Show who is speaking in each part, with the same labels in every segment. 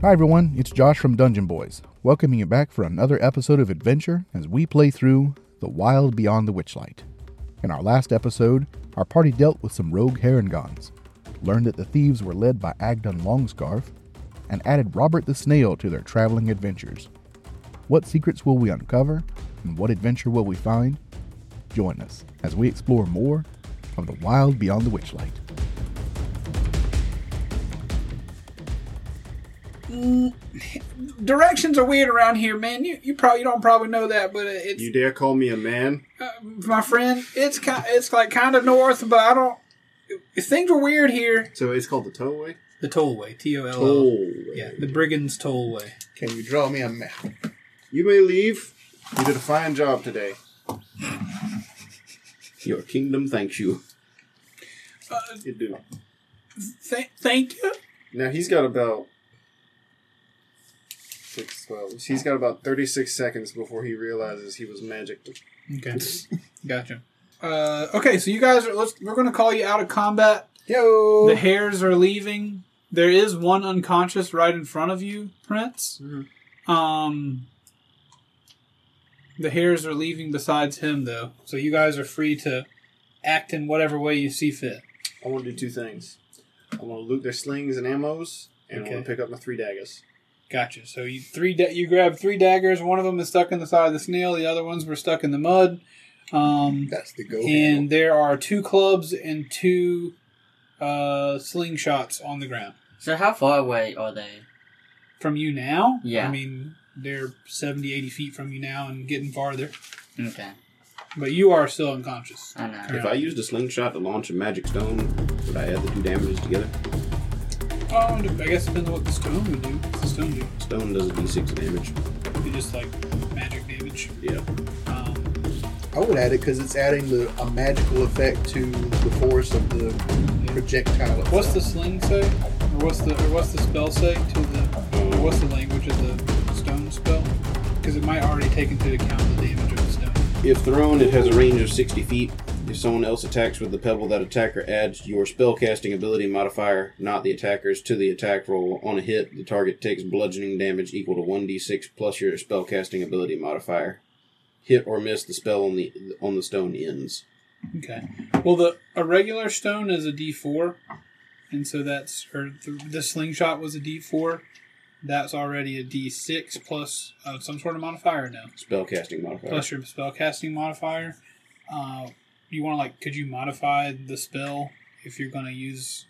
Speaker 1: Hi everyone, it's Josh from Dungeon Boys, welcoming you back for another episode of adventure as we play through The Wild Beyond the Witchlight. In our last episode, our party dealt with some rogue Herringons, learned that the thieves were led by Agdon Longscarf, and added Robert the Snail to their traveling adventures. What secrets will we uncover, and what adventure will we find? Join us as we explore more of The Wild Beyond the Witchlight.
Speaker 2: directions are weird around here, man. You you probably you don't probably know that, but it's
Speaker 3: You dare call me a man?
Speaker 2: my friend. It's kind it's like kind of north, but I don't. If things are weird here.
Speaker 3: So it's called the tollway.
Speaker 2: The tollway, T O L O.
Speaker 3: Tollway.
Speaker 2: Yeah, the brigands tollway.
Speaker 4: Can you draw me a map?
Speaker 3: You may leave. You did a fine job today. Your kingdom thanks you. Uh, you do.
Speaker 2: Th- thank you.
Speaker 3: Now he's got about six, twelve. He's got about thirty-six seconds before he realizes he was magic.
Speaker 2: Okay, gotcha. Uh, okay, so you guys are. Let's, we're going to call you out of combat. Yo. The hares are leaving. There is one unconscious right in front of you, Prince. Um, the hares are leaving besides him, though. So you guys are free to act in whatever way you see fit.
Speaker 3: I want to do two things. I want to loot their slings and ammos, and I want
Speaker 2: Okay.
Speaker 3: to pick up my three daggers.
Speaker 2: Gotcha. So you three da- you grab three daggers. One of them is stuck in the side of the snail. The other ones were stuck in the mud. Um,
Speaker 4: That's the go.
Speaker 2: and there are two clubs and two uh, slingshots on the ground
Speaker 5: So how far away are they?
Speaker 2: from you now.
Speaker 5: Yeah.
Speaker 2: I mean, they're 70, 80 feet from you now and getting farther.
Speaker 5: Okay,
Speaker 2: But you are still unconscious.
Speaker 5: I know.
Speaker 3: If I used a slingshot to launch a magic stone, would I add the two damages together?
Speaker 2: Oh, I guess it depends on what the stone would do. What's the stone do?
Speaker 3: Stone does a d6 damage.
Speaker 2: You just like magic damage.
Speaker 3: Yeah.
Speaker 2: Um,
Speaker 4: I would add it because it's adding the, a magical effect to the force of the projectile. itself.
Speaker 2: what's the sling say? Or what's the or what's the spell say to the or what's the language of the stone spell? Because it might already take into account the damage of the stone.
Speaker 3: If thrown, it has a range of 60 feet. If someone else attacks with the pebble, that attacker adds your spellcasting ability modifier, not the attacker's, to the attack roll. On a hit, the target takes bludgeoning damage equal to 1d6 plus your spellcasting ability modifier. Hit or miss, the spell on the on the stone ends.
Speaker 2: Okay. Well, the a regular stone is a D4, and so that's or the, the slingshot was a D4. That's already a D6 plus uh, some sort of modifier now.
Speaker 3: Spellcasting modifier.
Speaker 2: plus your spellcasting modifier. Uh, you want to like, could you modify the spell if you're going to use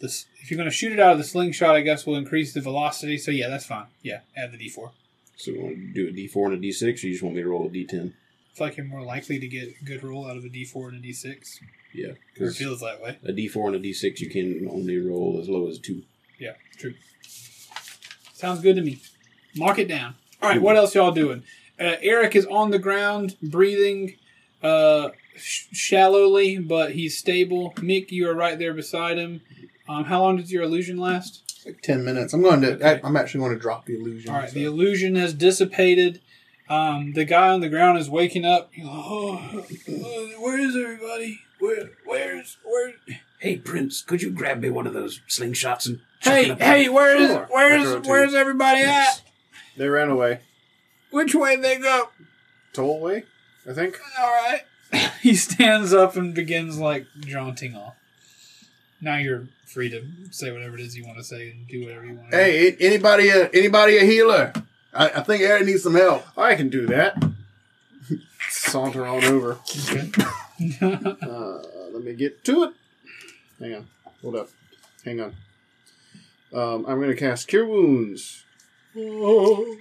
Speaker 2: this? If you're going to shoot it out of the slingshot, I guess will increase the velocity. So yeah, that's fine. Yeah, add the d4.
Speaker 3: so you want to do a d4 and a d6, or you just want me to roll a d10?
Speaker 2: It's like you're more likely to get a good roll out of a d4 and a d6.
Speaker 3: Yeah.
Speaker 2: Or it
Speaker 3: 'cause
Speaker 2: feels that way.
Speaker 3: a d4 and a d6 you can only roll as low as 2.
Speaker 2: Yeah, true. Sounds good to me. Mark it down. All right, what else y'all doing? Uh, Eric is on the ground, breathing uh, sh- shallowly, but he's stable. Mick, you are right there beside him. Um, how long does your illusion last?
Speaker 4: It's like ten minutes. I'm going to. I, I'm actually going to drop the illusion.
Speaker 2: All right, the
Speaker 4: so.
Speaker 2: illusion has dissipated. Um, the guy on the ground is waking up. He's like, Oh, uh, where is everybody? Where, where's, where?
Speaker 6: Hey, Prince, could you grab me one of those slingshots and.
Speaker 2: Hey, hey, where is,
Speaker 6: Sure.
Speaker 3: Metro
Speaker 2: where's,
Speaker 3: two.
Speaker 2: where's everybody at?
Speaker 3: They ran away.
Speaker 2: Which way they go?
Speaker 3: Tollway, I think.
Speaker 2: All right. he stands up and begins like jaunting off. Now you're free to say whatever it is you want to say and do whatever you want. to
Speaker 4: Hey, a- anybody? A, anybody a healer? I, I think Eric needs some help.
Speaker 3: Oh, I can do that. Saunter on over.
Speaker 2: do.
Speaker 3: Uh, let me get to it. Hang on. Hold up. Hang on. Um, I'm going to cast Cure Wounds.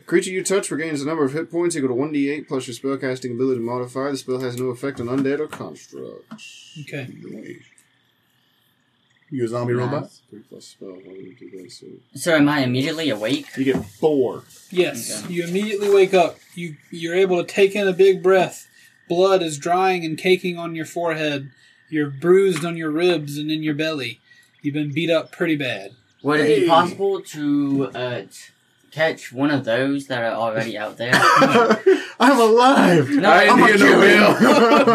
Speaker 3: Creature you touch regains the number of hit points equal to 1d8 plus your spellcasting ability modifier. The spell has no effect on undead or constructs.
Speaker 2: okay.
Speaker 4: You a zombie
Speaker 5: Nice.
Speaker 4: robot?
Speaker 3: 3 plus spell. Why would you do that? So
Speaker 5: So am I immediately awake?
Speaker 3: You get 4.
Speaker 2: Yes.
Speaker 5: Okay.
Speaker 2: You immediately wake up. You you're able to take in a big breath. Blood is drying and caking on your forehead. You're bruised on your ribs and in your belly. You've been beat up pretty bad.
Speaker 5: Would it
Speaker 3: Hey.
Speaker 5: be possible to uh, t- catch one of those that are already out there?
Speaker 4: I'm alive.
Speaker 5: No, uh,
Speaker 4: I'm
Speaker 1: Oh,
Speaker 5: I'm
Speaker 4: a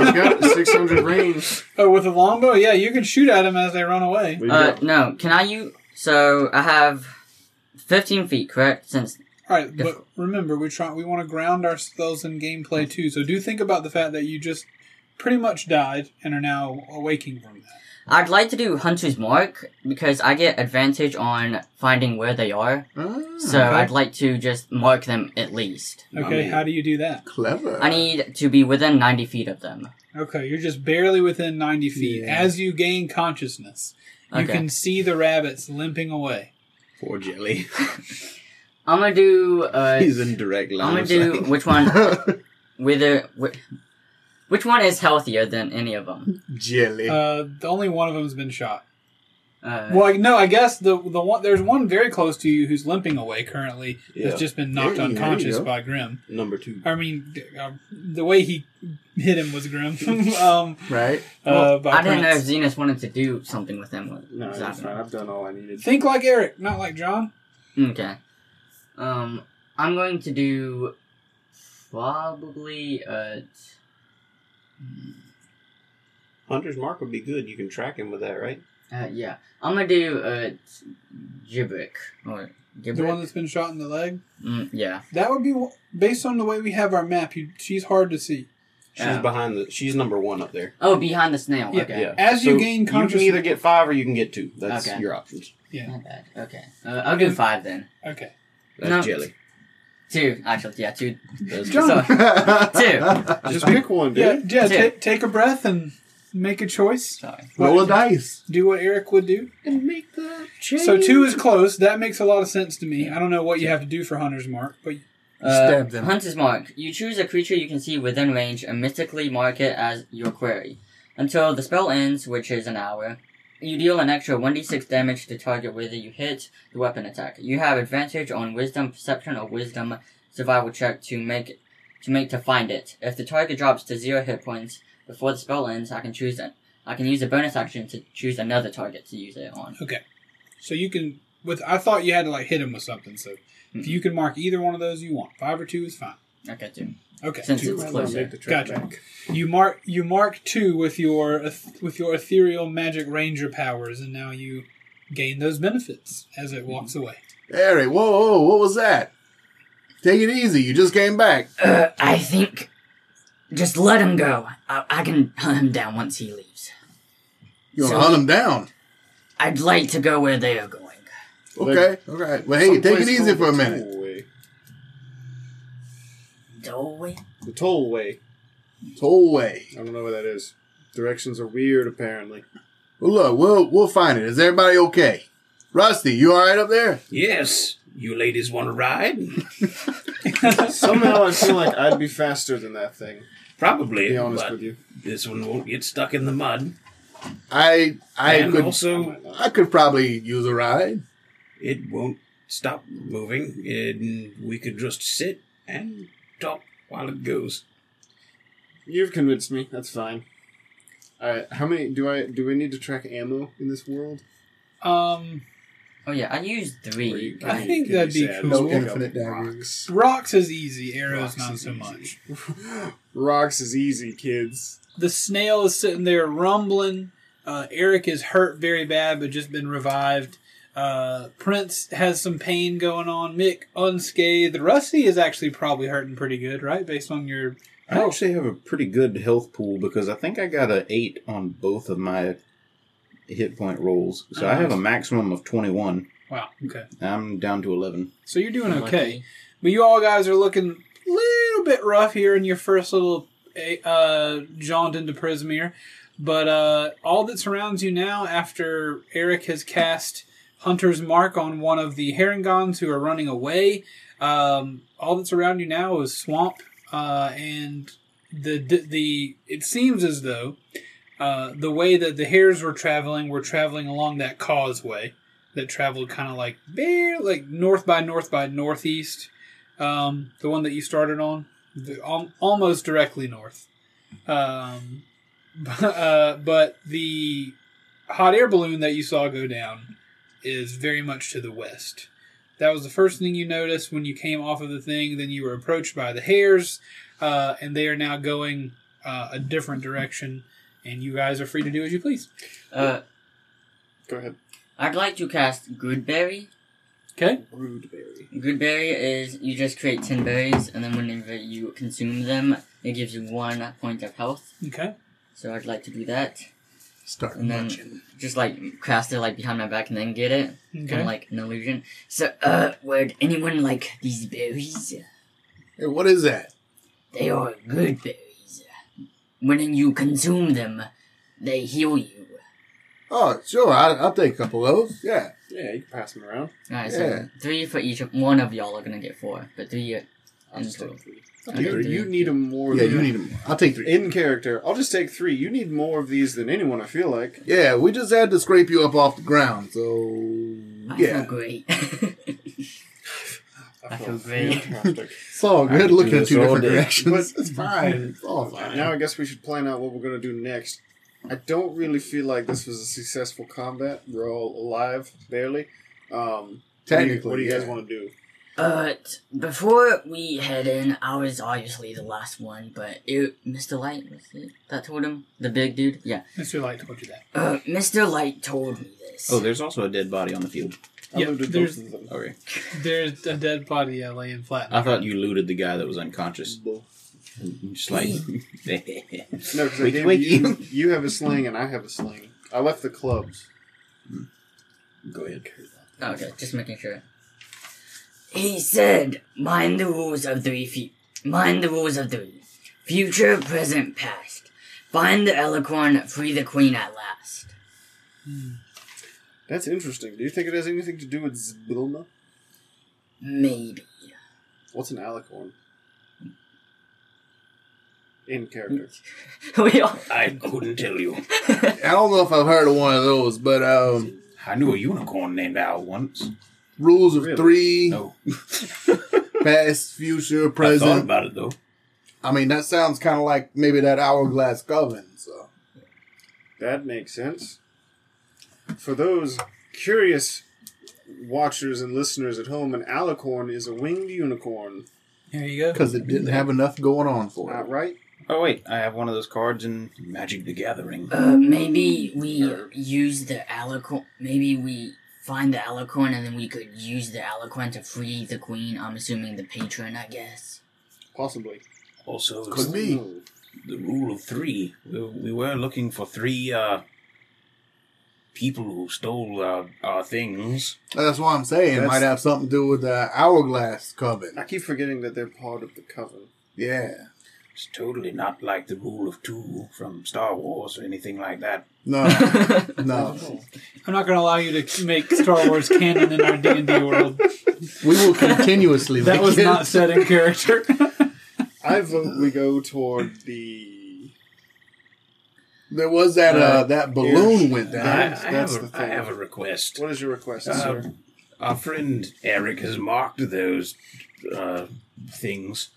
Speaker 3: You
Speaker 4: killer.
Speaker 3: got 600 range.
Speaker 2: Oh, with a longbow, yeah, you can shoot at them as they run away.
Speaker 3: What do you
Speaker 5: uh,
Speaker 3: got?
Speaker 5: no. Can I you? So I have 15 feet, correct? Since
Speaker 2: All right, but remember, we try we want to ground ourselves in
Speaker 1: Mm-hmm.
Speaker 2: gameplay too. So do think about the fact that you just pretty much died and are now awaking from that.
Speaker 5: I'd like to do Hunter's Mark because I get advantage on finding where they are. So
Speaker 2: okay.
Speaker 5: I'd like to just mark them at least.
Speaker 2: Okay,
Speaker 7: man.
Speaker 2: how do you do that?
Speaker 1: Clever.
Speaker 5: I need to be within 90 feet of them.
Speaker 2: Okay, you're just barely within ninety feet.
Speaker 1: Yeah.
Speaker 2: As you gain consciousness, you
Speaker 5: Okay.
Speaker 2: can see the rabbits limping away.
Speaker 7: Poor Jelly.
Speaker 5: I'm gonna do. Uh,
Speaker 7: He's in direct line.
Speaker 5: I'm gonna
Speaker 7: of
Speaker 5: do
Speaker 7: sight.
Speaker 5: which one? Whether wh- which one is healthier than any of them?
Speaker 1: Jelly.
Speaker 2: Uh, the only one of them has been shot.
Speaker 5: Uh,
Speaker 2: Well, I- no, I guess the the one there's one very close to you who's limping away currently.
Speaker 7: Yeah.
Speaker 2: That's just been knocked
Speaker 1: There you- there you
Speaker 2: unconscious
Speaker 1: go.
Speaker 2: by Grim.
Speaker 7: Number two.
Speaker 2: I mean, d- uh, the way he hit him was grim. um,
Speaker 1: right?
Speaker 2: uh, by
Speaker 5: I didn't know if
Speaker 2: Prince.
Speaker 5: Zenos wanted to do something with him. With,
Speaker 3: No, that's fine. I've done all I needed.
Speaker 2: Think like Eric, not like John.
Speaker 5: Okay. Um, I'm going to do probably uh
Speaker 7: Hunter's mark would be good. You can track him with that, right?
Speaker 5: Uh, yeah, I'm gonna do uh, Gibrick or
Speaker 2: The one
Speaker 5: Gibrick.
Speaker 2: that's been shot in the leg.
Speaker 5: Mm, yeah,
Speaker 2: That would be w- based on the way we have our map. You, she's hard to see.
Speaker 7: She's
Speaker 5: Yeah.
Speaker 7: behind the. She's number one up there.
Speaker 5: Oh, behind the snail.
Speaker 2: Yeah,
Speaker 5: okay.
Speaker 7: Yeah.
Speaker 2: As you
Speaker 7: So
Speaker 2: gain
Speaker 7: you
Speaker 2: consciousness-
Speaker 7: can either get five or you can get two. That's
Speaker 5: Okay.
Speaker 7: your options.
Speaker 2: Yeah.
Speaker 5: Not bad. Okay. Uh, I'll do five then.
Speaker 2: Okay.
Speaker 7: That's
Speaker 5: No.
Speaker 7: Jelly.
Speaker 5: Two, actually. Yeah, two.
Speaker 7: That's
Speaker 2: John,
Speaker 5: So,
Speaker 1: Two.
Speaker 7: Just pick one, dude.
Speaker 2: Yeah, yeah.
Speaker 5: Yeah.
Speaker 2: ta- take a breath and make a choice.
Speaker 5: sorry.
Speaker 1: Roll a dice.
Speaker 2: Do what Eric would do.
Speaker 7: And make the change.
Speaker 2: So two is close. That makes a lot of sense to me. I don't know what you have to do for Hunter's Mark, but
Speaker 5: Uh,
Speaker 1: Stab them.
Speaker 5: Hunter's mark. You choose a creature you can see within range and mystically mark it as your query until the spell ends, which is an hour. You deal an extra 1d6 damage to target whether you hit the weapon attack. You have advantage on Wisdom, Perception, or Wisdom survival check to make to make to find it. If the target drops to zero hit points before the spell ends, I can choose it. I can use a bonus action to choose another target to use it on.
Speaker 2: so you can. With I thought you had to like hit him with something. So if
Speaker 3: Hmm.
Speaker 2: you can mark either one of those you want, five or two is fine.
Speaker 5: Okay, two.
Speaker 2: Okay.
Speaker 5: Since
Speaker 2: two.
Speaker 5: it's closer.
Speaker 2: Gotcha. You mark you mark two with your eth- with your ethereal magic ranger powers, and now you gain those benefits as it walks
Speaker 3: Hmm.
Speaker 2: away.
Speaker 1: Eric, whoa, whoa, what was that? Take it easy. You just came back.
Speaker 5: Uh, I think just let him go. I, I can hunt him down once he leaves.
Speaker 1: You want to
Speaker 5: So-
Speaker 1: hunt him down.
Speaker 5: I'd like to go where they are going.
Speaker 1: Okay, all right. Well, hey, take it
Speaker 7: Someplace
Speaker 1: easy
Speaker 7: called
Speaker 1: for a
Speaker 7: the
Speaker 1: minute.
Speaker 7: Tollway.
Speaker 5: Doorway?
Speaker 3: The tollway.
Speaker 1: Tollway.
Speaker 3: I don't know where that is. Directions are weird, apparently.
Speaker 1: Well, look, we'll we'll find it. Is everybody okay? Rusty, you all right up there?
Speaker 8: Yes, you ladies want to ride?
Speaker 3: Somehow I feel like I'd be faster than that thing.
Speaker 8: Probably.
Speaker 3: To be honest
Speaker 8: but
Speaker 3: with you.
Speaker 8: This one won't get stuck in the mud.
Speaker 1: I I
Speaker 8: and
Speaker 1: could
Speaker 8: also,
Speaker 1: I could probably use a ride.
Speaker 8: it won't stop moving, and we could just sit and talk while it goes.
Speaker 3: You've convinced me. That's fine. Alright, how many do I do we need to track ammo in this world?
Speaker 2: Um,
Speaker 5: Oh yeah, I used
Speaker 3: Or you
Speaker 5: three.
Speaker 3: can-
Speaker 2: I think
Speaker 3: can you
Speaker 2: that'd be
Speaker 3: say I
Speaker 2: cool.
Speaker 3: just
Speaker 1: No
Speaker 3: pick
Speaker 1: infinite
Speaker 3: up
Speaker 1: daggers.
Speaker 2: rocks is easy. Arrows
Speaker 3: Rocks
Speaker 2: not
Speaker 3: is
Speaker 2: so
Speaker 3: easy.
Speaker 2: much.
Speaker 3: rocks? Rocks is easy, kids.
Speaker 2: the snail is sitting there rumbling. Uh, Eric is hurt very bad, but just been revived. Uh, Prince has some pain going on. Mick unscathed. Rusty is actually probably hurting pretty good, right? Based on your
Speaker 7: I
Speaker 6: Oh.
Speaker 7: actually have a pretty good health pool because I think I got a eight on both of my hit point rolls. So I have a maximum of twenty one.
Speaker 2: wow. Okay,
Speaker 7: I'm down to eleven.
Speaker 2: so you're doing
Speaker 5: Lucky.
Speaker 2: okay, but you all guys are looking a little bit rough here in your first little eh, uh, jaunt into Prismere. But uh, all that surrounds you now, after Eric has cast Hunter's Mark on one of the Herringons who are running away, um, all that's around you now is swamp, uh, and the, the the it seems as though uh, the way that the hares were traveling were traveling along that causeway that traveled kind of like bare like north by north by northeast, um, the one that you started on, the, al- almost directly north. Um, but, uh, but the hot air balloon that you saw go down is very much to the west. That was the first thing you noticed when you came off of the thing. Then you were approached by the hares, uh, and they are now going uh, a different direction. And you guys are free to do as you please.
Speaker 5: Uh,
Speaker 3: Go ahead.
Speaker 5: I'd like to cast Goodberry
Speaker 2: Okay.
Speaker 3: Broodberry.
Speaker 5: Goodberry is you just create 10 berries, and then whenever you consume them, it gives you one point of health.
Speaker 2: Okay.
Speaker 5: So I'd like to do that.
Speaker 1: Start
Speaker 5: And then-
Speaker 1: munching.
Speaker 5: Just like cast it like behind my back and then get it. Kind
Speaker 2: Okay.
Speaker 5: of like an illusion. So, uh, would anyone like these berries?
Speaker 1: Hey, what is that?
Speaker 5: They are good berries. When you consume them, they heal you.
Speaker 1: Oh, sure. I, I'll take a couple of those. Yeah.
Speaker 3: Yeah, you can pass them around.
Speaker 5: Alright,
Speaker 1: Yeah.
Speaker 5: so three for each. of- One of y'all are gonna get four, but three. uh, Are,
Speaker 3: I'll just
Speaker 5: Until-
Speaker 3: take three.
Speaker 1: I'll take
Speaker 3: You,
Speaker 1: three.
Speaker 3: you need them more.
Speaker 1: Yeah,
Speaker 3: than
Speaker 1: you need them. I'll take three.
Speaker 3: in character. I'll just take three. You need more of these than anyone. I feel like.
Speaker 1: Yeah, we just had to scrape you up off the ground, so
Speaker 5: I feel
Speaker 1: yeah.
Speaker 5: great. I feel great.
Speaker 3: fantastic.
Speaker 1: It's all
Speaker 7: I
Speaker 1: good
Speaker 7: could
Speaker 1: looking
Speaker 7: do
Speaker 1: in
Speaker 7: this
Speaker 1: two
Speaker 7: all
Speaker 1: different
Speaker 7: day.
Speaker 1: directions. It's fine. It's all
Speaker 3: Alright,
Speaker 1: fine.
Speaker 3: now I guess we should plan out what we're gonna do next. I don't really feel like this was a successful combat. We're all alive, barely. Um, what do you-
Speaker 1: Technically,
Speaker 3: what do you guys
Speaker 1: yeah.
Speaker 3: want to do?
Speaker 5: but before we head in, I was obviously the last one, but it, Mr. Light, was it that told him? The big dude? Yeah.
Speaker 2: Mr. Light told you that.
Speaker 5: Uh, Mr. Light told me this.
Speaker 6: Oh, there's also a dead body on the field.
Speaker 3: I
Speaker 2: Yeah,
Speaker 3: looted both
Speaker 2: there's-
Speaker 3: of them.
Speaker 6: Okay.
Speaker 2: There's a dead body yeah, laying flat.
Speaker 6: I thought you looted the guy that was unconscious. Just like.
Speaker 3: No, because I
Speaker 6: Wake-
Speaker 3: gave
Speaker 6: wake
Speaker 3: you. You have a sling and I have a sling. I left the clubs.
Speaker 6: Go ahead.
Speaker 5: Oh, Okay, just making sure. He said, mind the rules of three feet. Mind the rules of three. Future, present, past. Find the Elicorn, free the queen at last.
Speaker 3: That's interesting. Do you think it has anything to do with Zbilna?
Speaker 5: Maybe.
Speaker 3: What's an alicorn? In character.
Speaker 5: we all.
Speaker 8: I couldn't tell you.
Speaker 1: I don't know if I've heard of one of those, but um,
Speaker 6: I knew a unicorn named Al once.
Speaker 1: rules of
Speaker 3: Really?
Speaker 1: three,
Speaker 6: No.
Speaker 1: past, future,
Speaker 6: I thought
Speaker 1: present.
Speaker 6: about it though.
Speaker 1: I, mean, that sounds kind of like maybe that hourglass coven. So
Speaker 3: That makes sense. For those curious watchers and listeners at home, an alicorn is a winged unicorn.
Speaker 2: There you go.
Speaker 1: because it didn't have enough going on for
Speaker 3: Not
Speaker 1: it.
Speaker 3: right?
Speaker 6: Oh wait, I have one of those cards in Magic the Gathering.
Speaker 5: Uh, maybe we use the Alicorn. Maybe we find the Alicorn and then we could use the Alicorn to free the queen. I'm assuming the patron, I guess.
Speaker 3: Possibly.
Speaker 6: Also, it's
Speaker 1: Could be.
Speaker 3: No.
Speaker 6: the rule of three. We, we were looking for three uh, people who stole our, our things.
Speaker 1: That's what I'm saying. It
Speaker 3: That's-
Speaker 1: might have something to do with the hourglass coven.
Speaker 3: I keep forgetting that they're part of the coven.
Speaker 1: Yeah.
Speaker 6: It's totally not like the rule of two from Star Wars or anything like that.
Speaker 1: No. no.
Speaker 2: I'm not gonna allow you to make Star Wars canon in our D and D world.
Speaker 1: We will continuously.
Speaker 2: That
Speaker 1: make
Speaker 2: was
Speaker 1: it.
Speaker 2: not said in character.
Speaker 3: I vote we go toward the.
Speaker 1: There was that uh, that balloon went down.
Speaker 6: I, I
Speaker 3: That's- that's
Speaker 6: have, a,
Speaker 3: the
Speaker 6: I
Speaker 3: thing.
Speaker 6: have a request.
Speaker 3: What is your request,
Speaker 6: Uh,
Speaker 3: sir?
Speaker 6: Our friend Eric has marked those uh, things,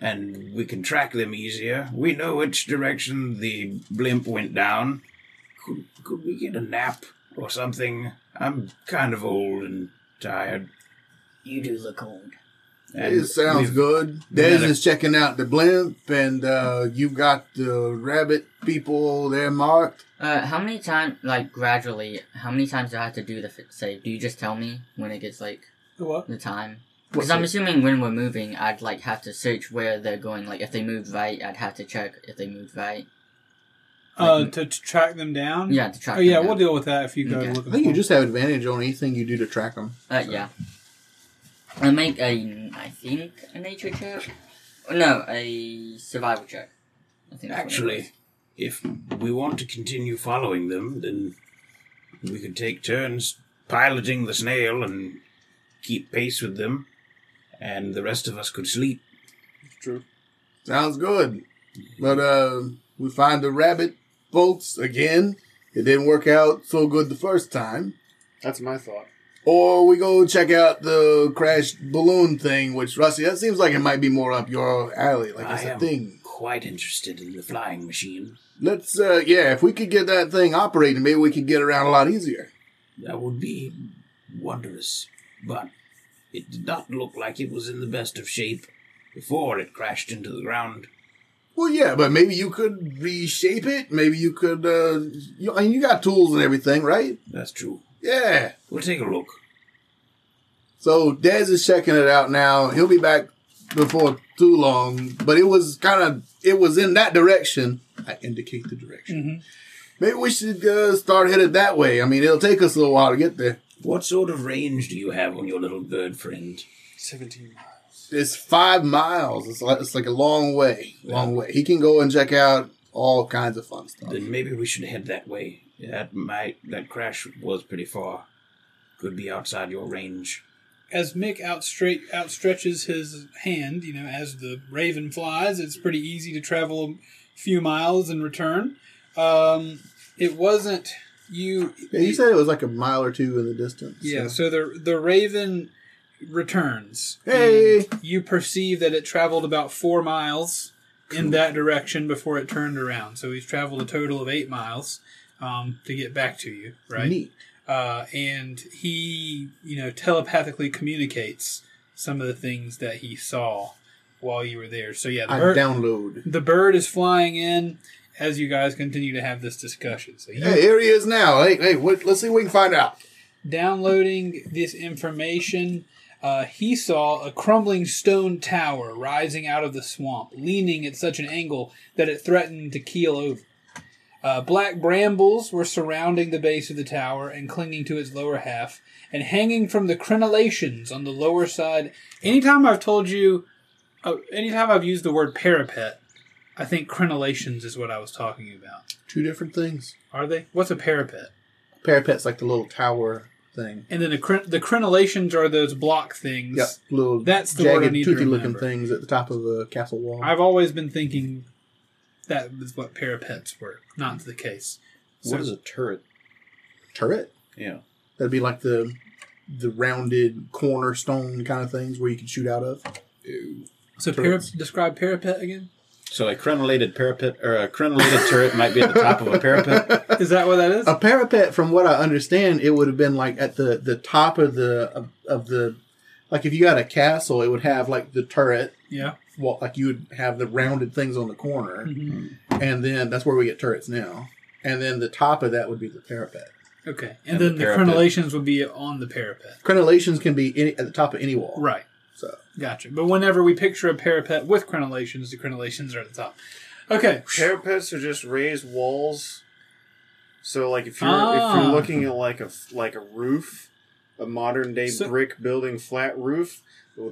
Speaker 6: and we can track them easier. We know which direction the blimp went down. Could, could we get a nap or something? I'm kind of old and tired.
Speaker 5: You do look old.
Speaker 6: And
Speaker 1: it sounds
Speaker 6: we've-
Speaker 1: good.
Speaker 6: had
Speaker 1: Dez
Speaker 6: a-
Speaker 1: is checking out the blimp, and uh, you've got the rabbit people. They're marked.
Speaker 5: Uh, how many times, like gradually, how many times do I have to do the f- save? Do you just tell me when it gets like
Speaker 2: what?
Speaker 5: the time?
Speaker 1: What's
Speaker 5: Because I'm
Speaker 1: it?
Speaker 5: assuming when we're moving, I'd like have to search where they're going. Like if they moved right, I'd have to check if they moved right.
Speaker 2: Uh, to, to track them down.
Speaker 5: Yeah, to track.
Speaker 2: Oh yeah,
Speaker 5: them
Speaker 2: we'll
Speaker 5: down.
Speaker 2: deal with that if you go
Speaker 5: Okay.
Speaker 1: I
Speaker 2: looking.
Speaker 1: think you
Speaker 2: for
Speaker 1: just have advantage on anything you do to track them.
Speaker 5: Uh, yeah. I make a, I think a nature check. No, a survival check. I think that's what it
Speaker 6: Actually, if we want to continue following them, then we could take turns piloting the snail and keep pace with them, and the rest of us could sleep.
Speaker 3: True.
Speaker 1: Sounds good. But uh, we find the rabbit folks again. It didn't work out so good the first time.
Speaker 3: That's my thought.
Speaker 1: Or we go check out the crashed balloon thing, which Rusty, that seems like it might be more up your alley. Like it's
Speaker 6: I
Speaker 1: a
Speaker 6: am
Speaker 1: thing.
Speaker 6: quite interested in the flying machine.
Speaker 1: Let's uh yeah, if we could get that thing operating, maybe we could get around a lot easier.
Speaker 6: That would be wondrous, but it did not look like it was in the best of shape before it crashed into the ground.
Speaker 1: Well yeah, but maybe you could reshape it. Maybe you could uh you, I mean, you got tools and everything, right?
Speaker 6: That's true.
Speaker 1: Yeah.
Speaker 6: We'll take a look.
Speaker 1: So Dez is checking it out now. He'll be back before too long. But it was kind of it was in that direction. I indicate the direction.
Speaker 2: Mm-hmm.
Speaker 1: Maybe we should uh, start headed that way. I mean, it'll take us a little while to get there.
Speaker 6: What sort of range do you have on your little bird friend?
Speaker 3: 17 miles.
Speaker 1: It's five miles. It's like it's like a long way, long way. He can go and check out all kinds of fun stuff.
Speaker 6: Then maybe we should head that way. That might that crash was pretty far. Could be outside your range.
Speaker 2: As Mick outstraight, outstretches his hand, you know, as the raven flies, it's pretty easy to travel a few miles and return. Um, it wasn't you.
Speaker 1: Yeah, he said it was like a mile or two in the distance.
Speaker 2: Yeah, so the the raven returns.
Speaker 1: Hey!
Speaker 2: And you perceive that it traveled about four miles in that direction before it turned around. So he's traveled a total of eight miles um, to get back to you, right?
Speaker 1: Neat.
Speaker 2: Uh, and he, you know, telepathically communicates some of the things that he saw while you were there. So yeah, the
Speaker 1: I
Speaker 2: bird,
Speaker 1: download.
Speaker 2: the bird is flying in as you guys continue to have this discussion. So you
Speaker 1: Hey, here he is now. Hey, hey, what, let's see what we can find out.
Speaker 2: downloading this information, uh, he saw a crumbling stone tower rising out of the swamp, leaning at such an angle that it threatened to keel over. Uh, black brambles were surrounding the base of the tower and clinging to its lower half, and hanging from the crenellations on the lower side. Anytime I've told you, uh, anytime I've used the word parapet, I think crenellations is what I was talking about.
Speaker 1: Two different things.
Speaker 2: Are they? What's a parapet?
Speaker 1: Parapet's like the little tower thing.
Speaker 2: And then the, cren- the crenellations are those block things.
Speaker 1: Yep, little
Speaker 2: That's the word I
Speaker 1: jagged,
Speaker 2: need to
Speaker 1: toothy-looking
Speaker 2: remember.
Speaker 1: things at the top of a castle wall.
Speaker 2: I've always been thinking that was what parapets were. Not the case.
Speaker 7: What is a turret?
Speaker 1: Turret.
Speaker 6: Yeah.
Speaker 1: That'd be like the the rounded cornerstone kind of things where you can shoot out of.
Speaker 2: So para- describe parapet again.
Speaker 7: So a crenellated parapet or a crenellated turret might be at the top of a parapet.
Speaker 2: Is that what that is?
Speaker 1: A parapet, from what I understand, it would have been like at the the top of the of, of the like if you got a castle, it would have like the turret.
Speaker 2: yeah.
Speaker 1: Well, like you would have the rounded things on the corner,
Speaker 2: Mhm.
Speaker 1: and then that's where we get turrets now. And then the top of that would be the parapet.
Speaker 2: Okay. And,
Speaker 7: And
Speaker 2: then
Speaker 7: the
Speaker 2: the,
Speaker 7: parapet.
Speaker 2: crenellations would be on the parapet.
Speaker 1: Crenellations can be any, at the top of any wall.
Speaker 2: Right.
Speaker 1: So
Speaker 2: Gotcha. But whenever we picture a parapet with crenellations, the crenellations are at the top. Okay.
Speaker 3: Parapets are just raised walls. So like if you're if
Speaker 2: Ah.
Speaker 3: you're looking at like a f- like a roof, a modern day
Speaker 2: So-
Speaker 3: brick building flat roof,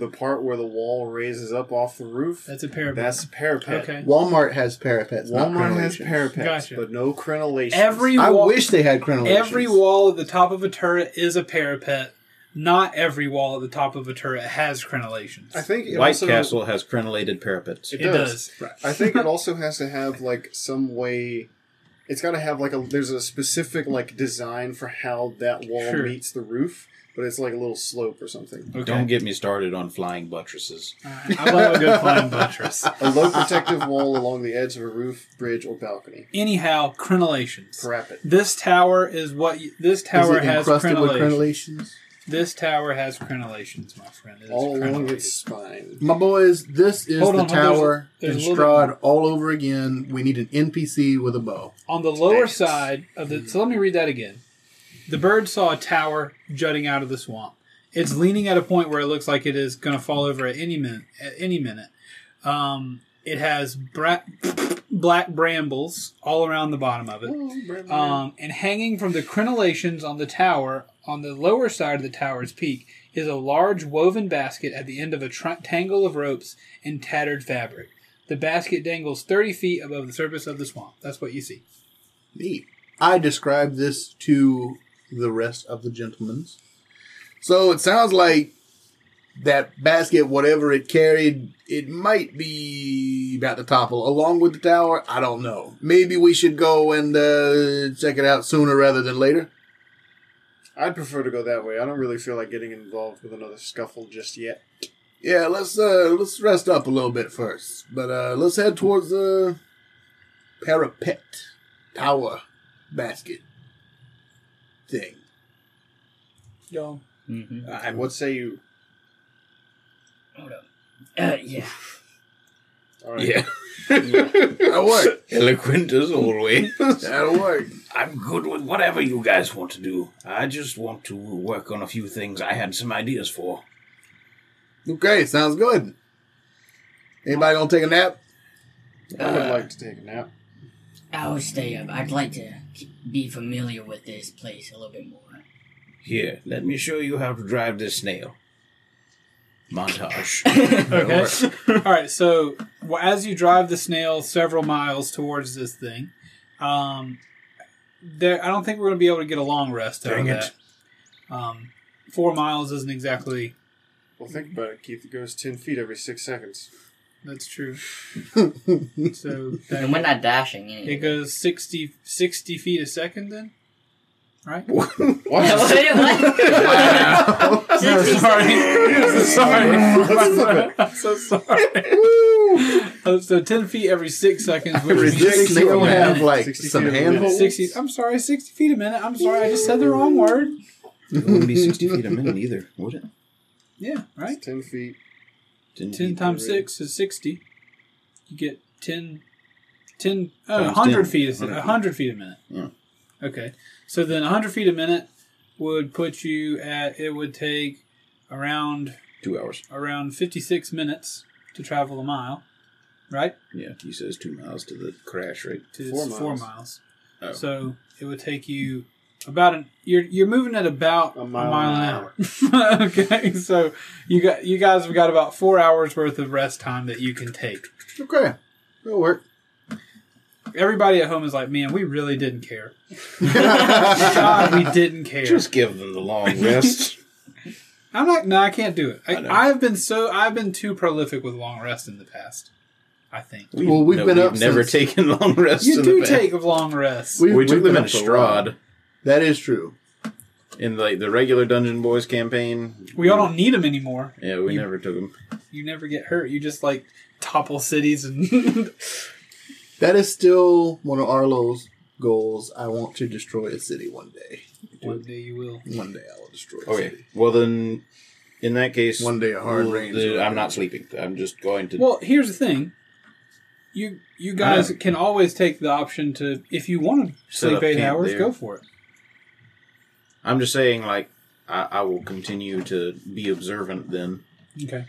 Speaker 3: the part where the wall raises up off the roof,
Speaker 2: That's a parapet.
Speaker 3: that's a parapet.
Speaker 2: okay.
Speaker 1: Walmart has parapets. not
Speaker 3: Walmart has
Speaker 1: crenellations.
Speaker 3: parapets,
Speaker 2: Gotcha.
Speaker 3: but no crenellations.
Speaker 2: Every
Speaker 1: I
Speaker 2: wall,
Speaker 1: wish they had crenellations.
Speaker 2: every wall at the top of a turret is a parapet. Not every wall at the top of a turret has crenellations.
Speaker 3: I think it
Speaker 7: White
Speaker 3: also-
Speaker 7: Castle has crenellated parapets.
Speaker 3: It
Speaker 2: it
Speaker 3: does.
Speaker 2: does.
Speaker 3: I think it also has to have like some way. It's got to have like a there's a specific like design for how that wall
Speaker 2: Sure.
Speaker 3: meets the roof, but it's like a little slope or something.
Speaker 2: Okay.
Speaker 7: Don't get me started on flying buttresses.
Speaker 2: I love a good flying buttress.
Speaker 3: A low protective wall along the edge of a roof, bridge, or balcony.
Speaker 2: Anyhow, crenellations.
Speaker 3: Parapet.
Speaker 2: This tower is what you, this
Speaker 1: Is
Speaker 2: tower
Speaker 1: it
Speaker 2: has
Speaker 1: encrusted with
Speaker 2: crenellations.
Speaker 1: crenellations?
Speaker 2: This tower has crenellations, my friend. It is
Speaker 3: All along its
Speaker 2: crenellated.
Speaker 3: spine.
Speaker 1: My boys, this is
Speaker 2: Hold
Speaker 1: the
Speaker 2: on, hold on.
Speaker 1: tower
Speaker 2: There's
Speaker 1: in
Speaker 2: a- there's a little bit
Speaker 1: Strahd all over again. We need an NPC with a bow.
Speaker 2: on the lower
Speaker 3: Dance.
Speaker 2: side of the. So let me read that again. The bird saw a tower jutting out of the swamp. It's leaning at a point where it looks like it is going to fall over at any minute. At any minute, um, it has bra- black brambles all around the bottom of it. Um, and hanging from the crenellations on the tower, on the lower side of the tower's peak, is a large woven basket at the end of a tr- tangle of ropes and tattered fabric. The basket dangles 30 feet above the surface of the swamp. That's what you see.
Speaker 1: Neat. I described this to the rest of the gentlemen. So it sounds like that basket, whatever it carried, it might be about to topple along with the tower. I don't know. Maybe we should go and uh, check it out sooner rather than later.
Speaker 3: I'd prefer to go that way. I don't really feel like getting involved with another scuffle just yet.
Speaker 1: Yeah, let's uh, let's rest up a little bit first, but uh, let's head towards the parapet tower basket thing.
Speaker 2: Yo.
Speaker 5: Mm-hmm.
Speaker 3: And what say you?
Speaker 5: Uh, yeah.
Speaker 3: All right.
Speaker 6: Yeah.
Speaker 1: That'll work.
Speaker 6: Eloquent as always.
Speaker 1: That'll work.
Speaker 6: I'm good with whatever you guys want to do. I just want to work on a few things I had some ideas for.
Speaker 1: Okay, sounds good. Anybody gonna take a nap?
Speaker 3: I would like to take a nap.
Speaker 5: I will stay up. I'd like to k- be familiar with this place a little bit more.
Speaker 6: Here, let me show you how to drive this snail. Montage.
Speaker 2: Okay. All right. So well, as you drive the snail several miles towards this thing, um, there I don't think we're going to be able to get a long rest out of
Speaker 6: Dang it.
Speaker 2: that. Um, four miles isn't exactly.
Speaker 3: Well, think about it. Keith goes 10 feet every six seconds.
Speaker 2: That's true. so
Speaker 5: And we're
Speaker 2: that,
Speaker 5: not dashing.
Speaker 2: it
Speaker 5: Anyway.
Speaker 2: goes 60, 60 feet a second. Then, right?
Speaker 1: Wow.
Speaker 2: I'm sorry. I'm sorry. I'm so sorry. Uh, so 10 feet every six seconds, which
Speaker 1: Does this
Speaker 2: means
Speaker 1: snail
Speaker 2: a
Speaker 1: have
Speaker 2: minute.
Speaker 1: like
Speaker 3: 60
Speaker 1: some
Speaker 3: feet of
Speaker 1: handholds?
Speaker 2: 60, I'm sorry, 60 feet a minute. I'm sorry, I just said the wrong word.
Speaker 6: It wouldn't be 60 feet a minute either, would it?
Speaker 2: Yeah, right?
Speaker 3: 10 feet.
Speaker 2: 10 times 6 is 60. You get 10, 10 oh,
Speaker 6: Times
Speaker 2: 100
Speaker 6: 10,
Speaker 2: feet, is
Speaker 6: 100 feet.
Speaker 2: 100 feet a minute.
Speaker 6: Yeah.
Speaker 2: Okay. So then 100 feet a minute would put you at, it would take around
Speaker 6: Two hours.
Speaker 2: around 56 minutes to travel a mile, right?
Speaker 6: Yeah, he says two miles to the crash rate.
Speaker 2: to four
Speaker 3: Four
Speaker 2: miles. Four
Speaker 3: miles.
Speaker 2: miles.
Speaker 6: Oh.
Speaker 2: So it would take you about an you're you're moving at about a mile, an hour. okay, so you got you guys have got about four hours worth of rest time that you can take.
Speaker 1: Okay, that'll work.
Speaker 2: Everybody at home is like, man, we really didn't care. God, we didn't care.
Speaker 6: Just give them the long rest.
Speaker 2: I'm like, no, I can't do it.
Speaker 6: I know.
Speaker 2: I, I've been so I've been too prolific with long rest in the past. I think
Speaker 1: Well, we've been up
Speaker 6: never
Speaker 1: since-
Speaker 6: taken long rests.
Speaker 2: you
Speaker 6: in
Speaker 2: do
Speaker 6: the past.
Speaker 2: take long rests.
Speaker 1: We-
Speaker 6: We took
Speaker 1: we've
Speaker 6: them
Speaker 1: been
Speaker 6: in
Speaker 1: up for a while.
Speaker 6: Strahd
Speaker 1: That is true.
Speaker 6: in like the regular Dungeon Boys campaign.
Speaker 2: we all don't need them anymore.
Speaker 6: Yeah, we
Speaker 2: You-
Speaker 6: never took them.
Speaker 2: You never get hurt. You just like topple cities and
Speaker 1: That is still one of Arlo's goals. I want to destroy a city one day.
Speaker 2: One day you will.
Speaker 1: One day I will destroy a
Speaker 6: Okay.
Speaker 1: city.
Speaker 6: Well, then, in that case,
Speaker 1: One day a hard rain. is
Speaker 6: the-
Speaker 1: gonna
Speaker 6: I'm not
Speaker 1: come.
Speaker 6: sleeping. I'm just going to.
Speaker 2: Well, here's the thing. You you guys can always take the option to if you want to
Speaker 6: Set
Speaker 2: sleep
Speaker 6: up
Speaker 2: eight
Speaker 6: camp
Speaker 2: hours,
Speaker 6: there.
Speaker 2: go for it.
Speaker 6: I'm just saying, like, I, I will continue to be observant. Then
Speaker 2: Okay.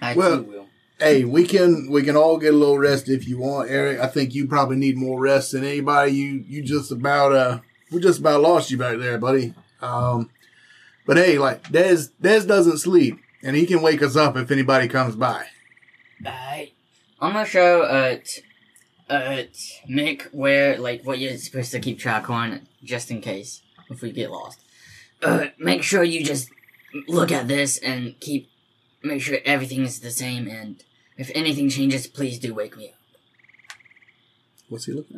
Speaker 5: I
Speaker 1: Well-
Speaker 5: too will.
Speaker 1: Hey, we can we can all get a little rest if you want, Eric. I think you probably need more rest than anybody. You you just about uh we just about lost you back there, buddy. Um, but hey, like Des Des doesn't sleep, and he can wake us up if anybody comes by.
Speaker 5: I, I'm gonna show uh, t- uh, t- Mick where like what you're supposed to keep track on, just in case if we get lost. Uh, make sure you just look at this and keep make sure everything is the same. And if anything changes, please do wake me up.
Speaker 1: What's he looking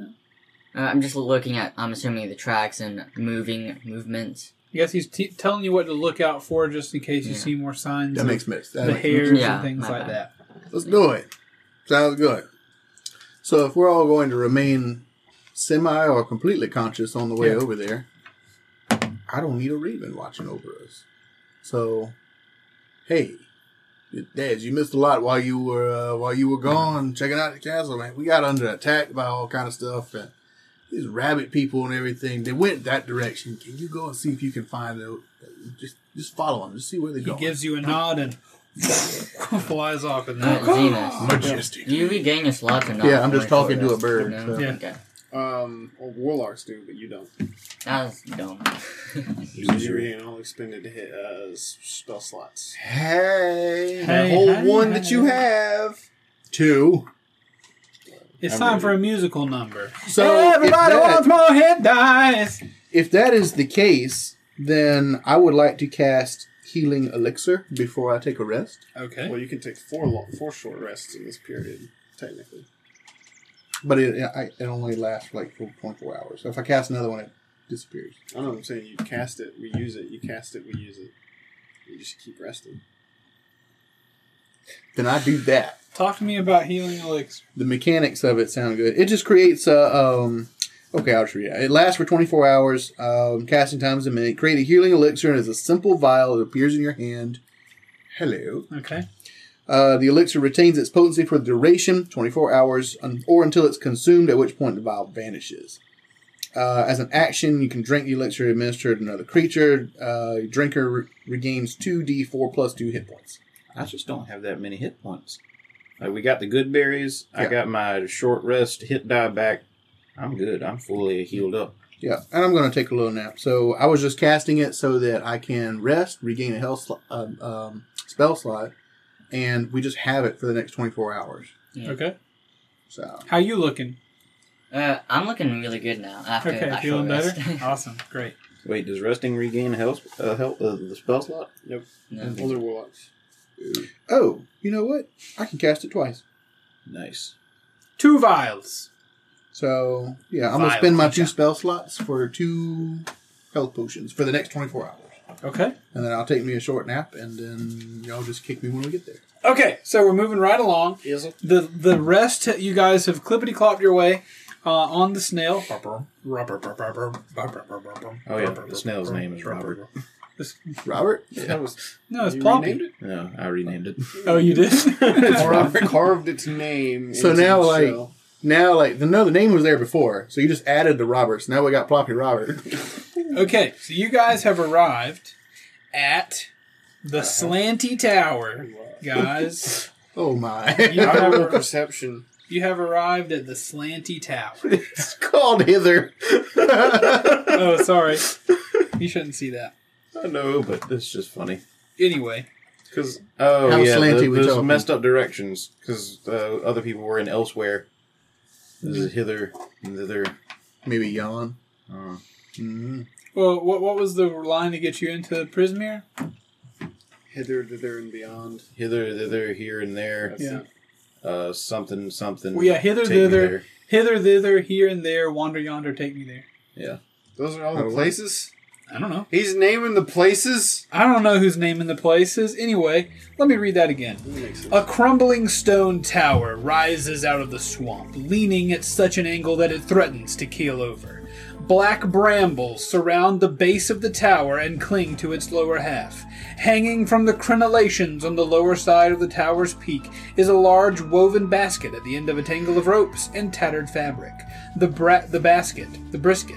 Speaker 1: at?
Speaker 5: Uh, I'm just looking at. I'm assuming the tracks and moving movements.
Speaker 2: I guess he's t- telling you what to look out for just in case you
Speaker 5: Yeah.
Speaker 2: see more signs
Speaker 1: That
Speaker 2: of
Speaker 1: makes sense. That
Speaker 2: the
Speaker 1: makes
Speaker 2: hairs
Speaker 5: Yeah,
Speaker 2: and things
Speaker 5: my
Speaker 2: like
Speaker 5: bad.
Speaker 2: that.
Speaker 1: Let's do it. Sounds good. So if we're all going to remain semi or completely conscious on the way
Speaker 2: Yeah.
Speaker 1: over there, I don't need a raven watching over us. So, hey, Dad, you missed a lot while you were uh, while you were gone checking out the castle, man. We got under attack by all kind of stuff and these rabbit people and everything. They went that direction. Can you go and see if you can find out? Just just follow them. Just see where they
Speaker 2: He
Speaker 1: go.
Speaker 2: gives you a nod and flies off and
Speaker 5: Uh,
Speaker 2: that.
Speaker 5: Zenas,
Speaker 1: Majestic.
Speaker 5: do you regain your slots or not?
Speaker 1: Yeah, I'm just
Speaker 5: for a short
Speaker 1: talking to a
Speaker 5: rest?
Speaker 1: bird,
Speaker 5: No?
Speaker 1: so-
Speaker 2: Yeah.
Speaker 5: Okay,
Speaker 3: Um, well, warlocks do, but you don't.
Speaker 5: that's dumb.
Speaker 3: You regain all expended hit, uh, s- spell slots.
Speaker 1: Hey,
Speaker 2: Hey,
Speaker 1: hold
Speaker 2: hey,
Speaker 1: one that you
Speaker 2: hey.
Speaker 1: have. Two.
Speaker 2: It's
Speaker 6: I'm
Speaker 2: time
Speaker 6: ready.
Speaker 2: for a musical number.
Speaker 1: So
Speaker 2: Everybody
Speaker 1: if, that,
Speaker 2: wants more head dice.
Speaker 1: if that is the case, then I would like to cast healing elixir before I take a rest.
Speaker 2: Okay.
Speaker 3: Well, you can take four long, four short rests in this period, technically.
Speaker 1: But it I, it only lasts like for 24 hours. So if I cast another one, it disappears.
Speaker 3: I know what I'm saying. You cast it, we use it. You cast it, we use it. You just keep resting.
Speaker 1: Then I do that.
Speaker 2: Talk to me about healing elixir.
Speaker 1: The mechanics of it sound good. It just creates a um. Okay, I'll just read it. It lasts for 24 hours. Um, casting time is a minute. Create a healing elixir and it's a simple vial. It appears in your hand. Hello.
Speaker 2: Okay.
Speaker 1: Uh, the elixir retains its potency for the duration, 24 hours, un- or until it's consumed, at which point the vial vanishes. Uh, as an action, you can drink the elixir administered to another creature. Uh, drinker re- regains 2d4 plus 2 hit points.
Speaker 6: I just don't have that many hit points. Like we got the good berries. I
Speaker 1: Yeah.
Speaker 6: got my short rest hit die back. I'm good. I'm fully healed up.
Speaker 1: Yeah, and I'm going to take a little nap. So I was just casting it so that I can rest, regain a health sl- uh, um, spell slot, and we just have it for the next 24 hours.
Speaker 2: Okay.
Speaker 1: So
Speaker 2: How you looking?
Speaker 5: Uh, I'm looking really good now after
Speaker 2: Okay,
Speaker 5: that
Speaker 2: feeling
Speaker 5: short
Speaker 2: better. Uh,
Speaker 5: rest.
Speaker 2: awesome, great.
Speaker 6: Wait, does resting regain health? Uh, health uh, the spell slot?
Speaker 5: No.
Speaker 3: Older warlocks.
Speaker 1: Oh, you know what? I can cast it twice.
Speaker 6: Nice.
Speaker 2: Two vials.
Speaker 1: So yeah, I'm gonna
Speaker 9: Vile
Speaker 1: spend my two
Speaker 9: creature.
Speaker 1: spell slots for two health potions for the next 24 hours,
Speaker 2: Okay.
Speaker 1: and then I'll take me a short nap, and then y'all just kick me when we get there.
Speaker 2: Okay, so we're moving right along.
Speaker 3: Is it?
Speaker 2: The the rest you guys have clippity clopped your way uh, on the snail.
Speaker 6: Oh yeah, the snail's name is Robert.
Speaker 1: Robert,
Speaker 3: That was,
Speaker 2: No, it's
Speaker 3: you
Speaker 2: Ploppy.
Speaker 3: renamed it?
Speaker 6: No, I renamed it.
Speaker 2: Oh, you did.
Speaker 3: Robert carved its name.
Speaker 1: So
Speaker 3: into
Speaker 1: now,
Speaker 3: the
Speaker 1: like-
Speaker 3: shell.
Speaker 1: now like the, no, the name was there before, so you just added the Roberts. Now we got Ploppy Robert.
Speaker 2: okay, so you guys have arrived at the slanty tower, guys.
Speaker 1: Oh my!
Speaker 2: You
Speaker 3: I
Speaker 2: have,
Speaker 3: have a perception.
Speaker 2: you have arrived at the slanty tower.
Speaker 1: it's called hither.
Speaker 2: Oh, sorry. You shouldn't see that.
Speaker 6: I know, but it's just funny.
Speaker 2: Anyway,
Speaker 3: Because
Speaker 6: Oh
Speaker 1: How
Speaker 6: yeah,
Speaker 1: slanty
Speaker 6: the,
Speaker 1: we
Speaker 6: those
Speaker 1: talking?
Speaker 6: messed up directions because uh, other people were in elsewhere. This is hither and thither.
Speaker 1: Maybe yawn.
Speaker 6: Uh,
Speaker 1: Mm.
Speaker 2: well, what what was the line to get you into Prismere?
Speaker 3: hither, thither, and beyond.
Speaker 6: hither, thither, here and there.
Speaker 3: That's
Speaker 2: Yeah.
Speaker 3: it.
Speaker 6: Uh, something, something.
Speaker 2: Well, yeah, hither,
Speaker 6: take me
Speaker 2: thither.
Speaker 6: there.
Speaker 2: Hither, thither, here and there, wander yonder, take me there.
Speaker 3: Those are all the
Speaker 1: Oh,
Speaker 3: places?
Speaker 2: I don't know.
Speaker 3: He's naming the places?
Speaker 2: I don't know who's naming the places. Anyway, let me read that again. A crumbling stone tower rises out of the swamp, leaning at such an angle that it threatens to keel over. Black brambles surround the base of the tower and cling to its lower half. Hanging from the crenellations on the lower side of the tower's peak is a large woven basket at the end of a tangle of ropes and tattered fabric. The bra- the basket, the brisket,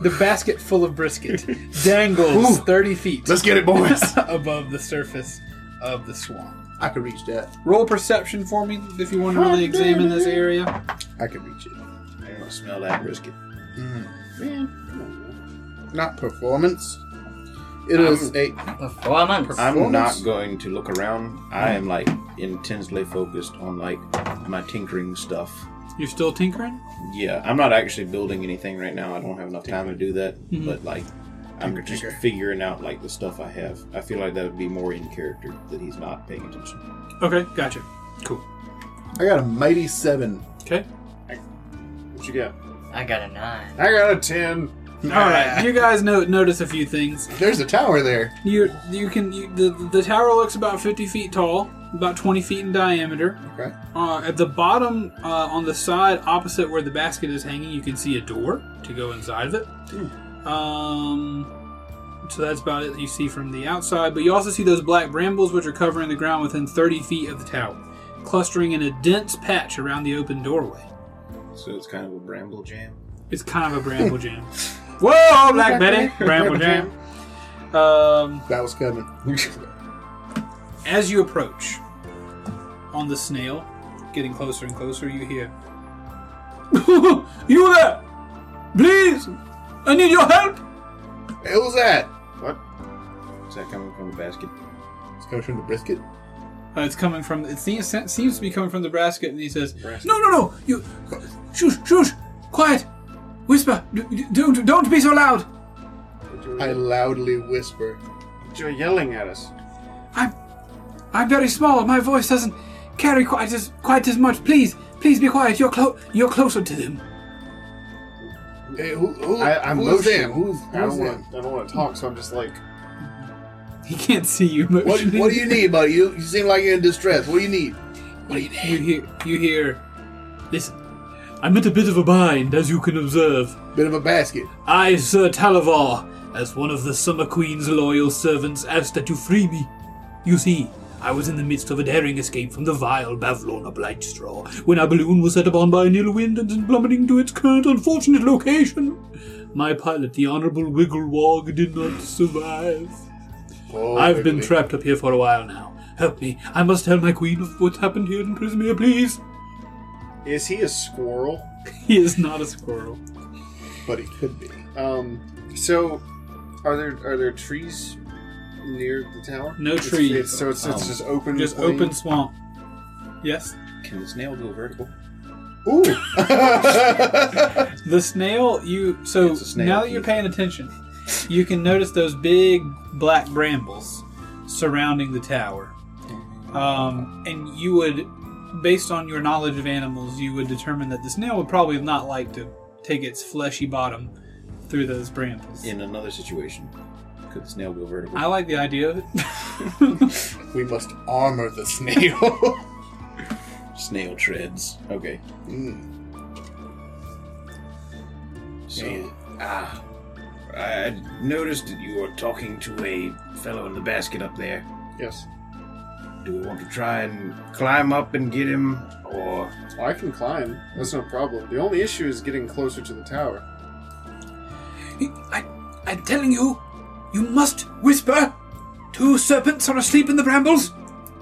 Speaker 2: the basket full of brisket dangles
Speaker 1: Ooh.
Speaker 2: 30 feet
Speaker 1: Let's get it, boys.
Speaker 2: above the surface of the swamp.
Speaker 1: I could reach that.
Speaker 2: Roll perception for me if you want to really examine this area.
Speaker 1: I could reach it.
Speaker 6: I want to smell that brisket.
Speaker 1: Not performance. It is a
Speaker 5: Performance.
Speaker 6: I'm
Speaker 1: Performance?
Speaker 6: not going to look around. I am like intensely focused on like my tinkering stuff.
Speaker 2: You're still tinkering?
Speaker 6: Yeah, I'm not actually building anything right now. I don't have enough time to do that.
Speaker 2: Mhm.
Speaker 6: But like, I'm just figuring out like the stuff I have. I feel like that would be more in character that he's not paying attention.
Speaker 2: Okay, gotcha.
Speaker 1: I got a mighty seven.
Speaker 2: Okay.
Speaker 3: What you got?
Speaker 5: I got a nine.
Speaker 3: I got a 10.
Speaker 2: All right. You guys know, notice a few things.
Speaker 1: There's a tower there.
Speaker 2: You you can you, the the tower looks about 50 feet tall, about 20 feet in diameter.
Speaker 1: Okay.
Speaker 2: Uh, at the bottom, uh, on the side opposite where the basket is hanging, you can see a door to go inside of it. Um, so that's about it that you see from the outside. But you also see those black brambles, which are covering the ground within 30 feet of the tower, clustering in a dense patch around the open doorway.
Speaker 6: So it's kind of a bramble jam.
Speaker 2: It's kind of a bramble jam. Whoa, Black Betty! Bramble jam. Um,
Speaker 1: That was coming.
Speaker 2: As you approach on the snail, getting closer and closer, you hear, You there! Please! I need your help!
Speaker 1: Hey, what was that?
Speaker 6: Is that coming from the basket?
Speaker 1: It's coming from the brisket.
Speaker 2: Uh, it's coming from, it seems, seems to be coming from the basket, and he says, No, no, no! You. Shush, shush! Quiet! Whisper! D- d- don't, don't be so loud!
Speaker 1: I loudly whisper.
Speaker 3: You're yelling at us.
Speaker 2: I'm. I'm very small. My voice doesn't carry quite as quite as much. Please, please be quiet. You're clo- You're closer to them.
Speaker 1: Hey, who, who,
Speaker 3: I, I'm
Speaker 1: who's
Speaker 3: motioning.
Speaker 1: them? Who's,
Speaker 3: I don't
Speaker 1: who's
Speaker 3: want.
Speaker 1: them?
Speaker 3: I don't want to talk. So I'm just like,
Speaker 2: He can't see you.
Speaker 1: What, what do you need, buddy? You, you seem like you're in distress. What do you need?
Speaker 2: What do you hear, you hear, listen, I'm in a bit of a bind, as you can observe.
Speaker 1: Bit of a basket.
Speaker 2: I, Sir Talavar, as one of the Summer Queen's loyal servants, ask that you free me. You see,
Speaker 10: I was in the midst of a daring escape from the vile Bavlon of Blightstraw when our balloon was set upon by an ill wind and plummeting to its current unfortunate location. My pilot, the Honorable Wigglewog, did not survive.
Speaker 1: Oh,
Speaker 10: I've been
Speaker 1: Wiggly.
Speaker 10: trapped up here for a while now. Help me. I must tell my queen of what's happened here in Prismere, please.
Speaker 3: Is he a squirrel?
Speaker 10: He is not a squirrel.
Speaker 1: but it could be.
Speaker 3: Um, so are there are there trees near the tower?
Speaker 2: No
Speaker 3: It's-
Speaker 2: trees.
Speaker 3: It's, so it's, it's
Speaker 8: Um,
Speaker 3: just open.
Speaker 2: Just
Speaker 3: plain?
Speaker 2: open swamp. Yes.
Speaker 8: Can the snail go vertical?
Speaker 1: Ooh.
Speaker 2: The snail, you. So
Speaker 8: It's a snail,
Speaker 2: now that you're
Speaker 8: Keith.
Speaker 2: paying attention, you can notice those big black brambles surrounding the tower. Um, and you would, based on your knowledge of animals, you would determine that the snail would probably not like to take its fleshy bottom through those brambles.
Speaker 8: In another situation, could the snail go vertical?
Speaker 2: I like the idea of it.
Speaker 1: we must armor the snail.
Speaker 8: snail treads. Okay.
Speaker 1: Mm.
Speaker 6: So, ah, I noticed that you were talking to a fellow in the basket up there.
Speaker 3: Yes.
Speaker 6: Do we want to try and climb up and get him, or
Speaker 3: Well, I can climb. That's no problem. The only issue is getting closer to the tower.
Speaker 10: I, I'm telling you, you must whisper. Two serpents are asleep in the brambles,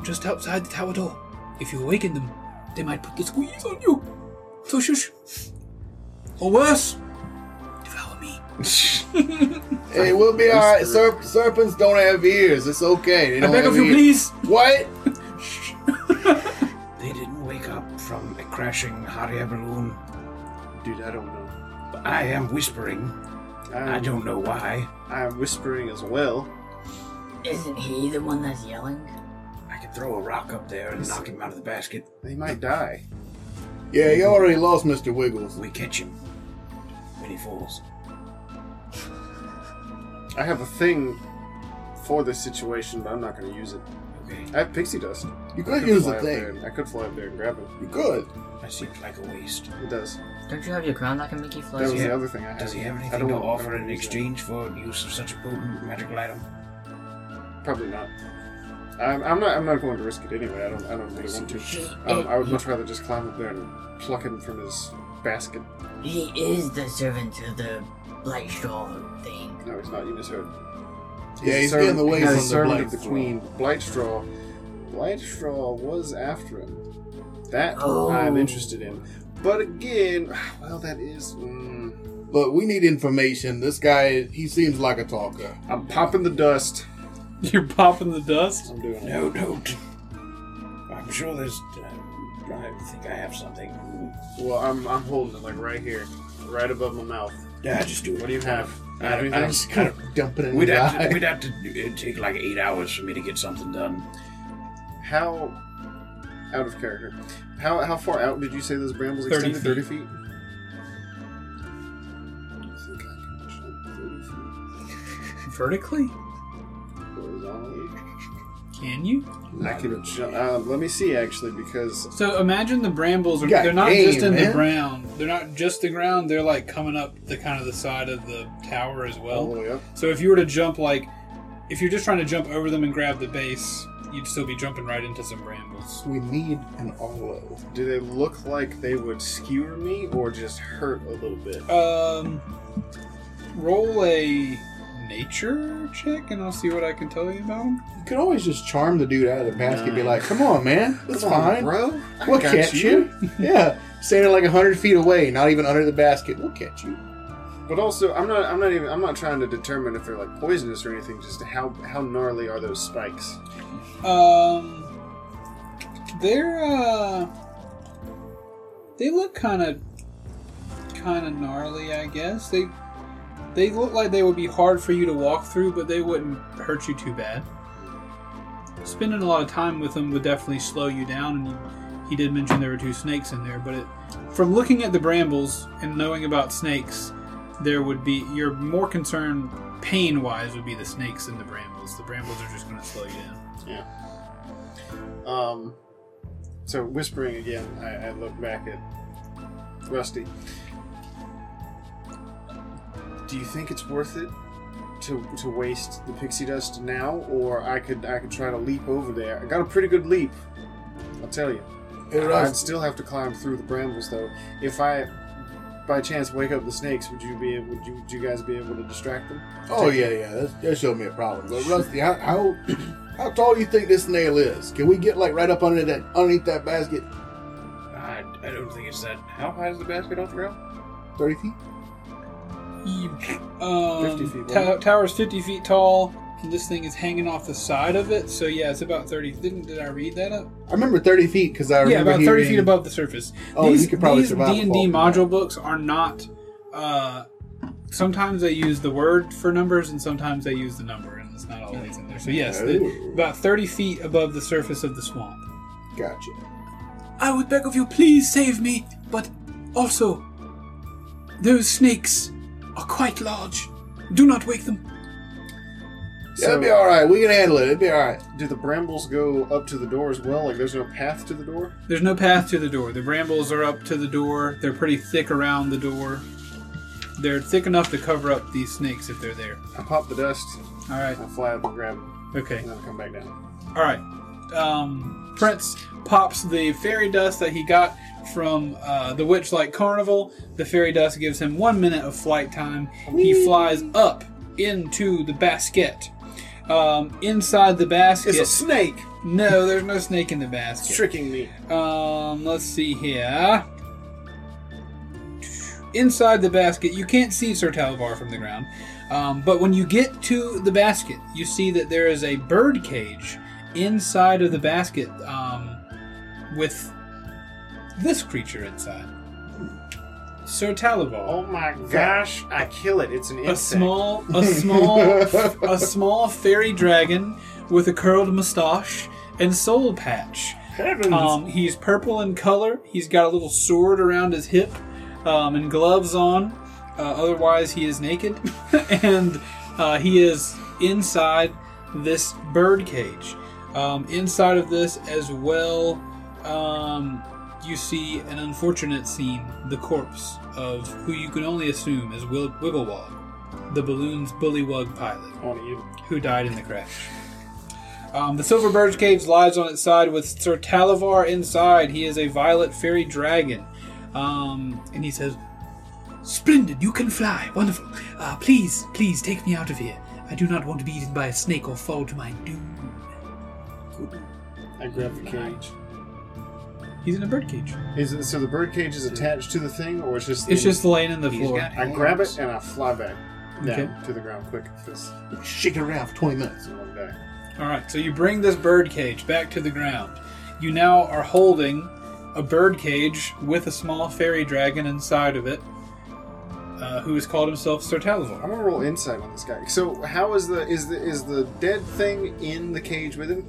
Speaker 10: just outside the tower door. If you awaken them, they might put the squeeze on you. So shush. Or worse, devour me.
Speaker 1: hey, we'll be all right. Serp- serpents don't have ears. It's okay. They
Speaker 10: I
Speaker 1: don't
Speaker 10: beg
Speaker 1: have
Speaker 10: of you,
Speaker 1: ears.
Speaker 10: please.
Speaker 1: What?
Speaker 6: they didn't wake up from a crashing Harrier balloon?
Speaker 3: Dude, I don't know.
Speaker 6: I am whispering. I
Speaker 3: I'm,
Speaker 6: don't know why.
Speaker 3: I'm whispering as well.
Speaker 5: Isn't he the one that's yelling?
Speaker 6: I could throw a rock up there and knock him out of the basket.
Speaker 3: They might die.
Speaker 1: Yeah, you already lost Mr. Wiggles.
Speaker 6: We catch him when he falls.
Speaker 3: I have a thing for this situation, but I'm not going to use it.
Speaker 6: Okay,
Speaker 3: I have pixie dust.
Speaker 1: You
Speaker 3: I
Speaker 1: could use
Speaker 3: fly
Speaker 1: the
Speaker 3: up there
Speaker 1: thing.
Speaker 3: and- I could fly up there and grab it.
Speaker 1: You could.
Speaker 6: that seems like a waste.
Speaker 3: It does.
Speaker 5: Don't you have your crown that can make you
Speaker 3: That was
Speaker 5: fly?
Speaker 6: he have-
Speaker 3: the other thing I had.
Speaker 6: Does he have
Speaker 3: I
Speaker 6: anything
Speaker 3: don't
Speaker 6: to
Speaker 3: want- I
Speaker 6: offer
Speaker 3: don't
Speaker 6: in
Speaker 3: use that.
Speaker 6: exchange for use of such a potent magical item?
Speaker 3: Probably not. I'm, I'm not. I'm not going to risk it anyway. I don't. I don't really want to. Um, I would much rather just climb up there and pluck him from his basket.
Speaker 5: He is the servant of the light straw thing.
Speaker 3: No, he's not. You misheard.
Speaker 1: Yeah,
Speaker 3: a
Speaker 1: he's
Speaker 3: servant-
Speaker 1: getting away
Speaker 3: he's a
Speaker 1: from the
Speaker 3: servant of the
Speaker 1: Blightstraw.
Speaker 3: queen. Blightstraw. Blightstraw was after him. That
Speaker 5: Oh.
Speaker 3: I'm interested in. But again, well, that is. Mm,
Speaker 1: Look, we need information. This guy, he seems like a talker.
Speaker 3: I'm popping the dust.
Speaker 2: You're popping the dust.
Speaker 3: I'm doing it.
Speaker 6: No, don't. I'm sure there's. Uh, I think I have something.
Speaker 3: Well, I'm, I'm holding it like right here, right above my mouth.
Speaker 6: Yeah, just do it.
Speaker 3: What do you have? You have
Speaker 6: I,
Speaker 3: anything?
Speaker 6: I just kind of.
Speaker 1: Dumping in
Speaker 6: We'd
Speaker 1: the
Speaker 6: have, to,
Speaker 1: eye.
Speaker 6: we'd have to. It'd take like eight hours for me to get something done.
Speaker 3: How out of character? How how far out did you say those brambles
Speaker 2: 30 feet.
Speaker 3: extended? Thirty feet.
Speaker 2: Vertically?
Speaker 3: Horizontally?
Speaker 2: Can you?
Speaker 3: I can jump. Uh, let me see actually, because
Speaker 2: So imagine the brambles are
Speaker 1: You got
Speaker 2: they're not just
Speaker 1: game,
Speaker 2: in the
Speaker 1: man.
Speaker 2: ground. They're not just the ground, they're like coming up the kind of the side of the tower as well.
Speaker 1: Oh,
Speaker 3: all the way up.
Speaker 2: So if you were to jump like if you're just trying to jump over them and grab the base, you'd still be jumping right into some brambles.
Speaker 1: We need an Arlo.
Speaker 3: Do they look like they would skewer me or just hurt a little bit?
Speaker 2: Um roll a nature check and I'll see what I can tell you about them.
Speaker 1: You could always just charm the dude out of the basket and be like, come on, man. It's
Speaker 3: Come on,
Speaker 1: fine.
Speaker 3: bro. I
Speaker 1: We'll
Speaker 3: got
Speaker 1: catch you. yeah. Standing like 100 feet away, not even under the basket. We'll catch you.
Speaker 3: But also, I'm not. I'm not even. I'm not trying to determine if they're like poisonous or anything. Just how how gnarly are those spikes?
Speaker 2: Um they're uh they look kind of kind of gnarly, I guess. They they look like they would be hard for you to walk through, but they wouldn't hurt you too bad. Spending a lot of time with them would definitely slow you down, and you, he did mention there were two snakes in there. But it, from looking at the brambles and knowing about snakes, there would be you're more concerned pain-wise would be the snakes and the brambles. The brambles are just going to slow you down.
Speaker 3: Um, so whispering again, I, I look back at Rusty. Do you think it's worth it to to waste the pixie dust now, or I could I could try to leap over there. I got a pretty good leap, I'll tell you.
Speaker 1: Hey,
Speaker 3: I'd
Speaker 1: Ross,
Speaker 3: still have to climb through the brambles though. If I by chance wake up the snakes, would you be able? Would you, would you guys be able to distract them?
Speaker 1: Oh yeah, yeah. That's, that showed me a problem. But Rusty, how, how how tall you think this nail is? Can we get like right up under that underneath that basket?
Speaker 8: I, I don't think it's that. How high is the basket off the ground?
Speaker 1: Thirty feet?
Speaker 2: Um,
Speaker 3: 50 feet,
Speaker 2: ta-
Speaker 3: right?
Speaker 2: tower's 50 feet tall, and this thing is hanging off the side of it. So yeah, it's about 30. Didn't did I read that up?
Speaker 1: I remember thirty feet because I remember
Speaker 2: yeah, about 30
Speaker 1: hearing-
Speaker 2: feet above the surface.
Speaker 1: Oh, you
Speaker 2: these
Speaker 1: could probably
Speaker 2: these D
Speaker 1: survive a
Speaker 2: and D
Speaker 1: fall from
Speaker 2: module
Speaker 1: that.
Speaker 2: books are not. Uh, sometimes they use the word for numbers, and sometimes they use the number, and it's not always in there. So yes, the-
Speaker 1: Oh.
Speaker 2: about 30 feet above the surface of the swamp.
Speaker 1: Gotcha.
Speaker 10: I would beg of you, please save me, but also, those snakes are quite large. Do not wake them.
Speaker 1: Yeah, it'll be all right. We can handle it. It'll be all right.
Speaker 3: Do the brambles go up to the door as well? Like there's no path to the door?
Speaker 2: There's no path to the door. The brambles are up to the door. They're pretty thick around the door. They're thick enough to cover up these snakes if they're there.
Speaker 3: I pop the dust,
Speaker 2: All right.
Speaker 3: I fly up and grab them,
Speaker 2: Okay.
Speaker 3: and then I come back down.
Speaker 2: All right. Um, Prince pops the fairy dust that he got from uh, the Witchlight Carnival. The fairy dust gives him one minute of flight time. He flies up into the basket. Um, inside the basket.
Speaker 3: snake
Speaker 2: no, there's no snake in the basket.
Speaker 3: tricking me.
Speaker 2: Um, let's see here. Inside the basket, you can't see Sir Talvar from the ground. Um, but when you get to the basket, you see that there is a bird cage inside of the basket um, with this creature inside. Sir Talivar.
Speaker 3: Oh my gosh, I kill it. It's an
Speaker 2: a
Speaker 3: insect.
Speaker 2: small, a small, a small fairy dragon with a curled mustache and soul patch.
Speaker 3: Heavens.
Speaker 2: Um, he's purple in color. He's got a little sword around his hip um, and gloves on. Uh, otherwise, he is naked. and uh, he is inside this bird cage. Um, inside of this, as well, um, you see an unfortunate scene the corpse of who you can only assume is Will- Wigglewog, the balloon's bullywug pilot
Speaker 3: I want to eat it.
Speaker 2: who died in the crash. Um, the Silver Bird Cage lies on its side with Sir Talivar inside. He is a violet fairy dragon. Um, and he says,
Speaker 10: Splendid, you can fly. Wonderful. Uh, please, please take me out of here. I do not want to be eaten by a snake or fall to my doom.
Speaker 3: I grab the cage.
Speaker 2: He's in a bird cage.
Speaker 3: Is it, so the bird cage is attached to the thing, or it's just the
Speaker 2: It's just laying in the
Speaker 8: He's
Speaker 2: floor.
Speaker 8: got
Speaker 3: I grab it and I fly back down to the ground quick because
Speaker 1: Shake it around for twenty minutes.
Speaker 3: it's a long day.
Speaker 2: All right, so you bring this bird cage back to the ground. You now are holding a bird cage with a small fairy dragon inside of it, uh, who has called himself Sir Talivar.
Speaker 3: I'm gonna roll insight on this guy. So how is the is the is the dead thing in the cage with him?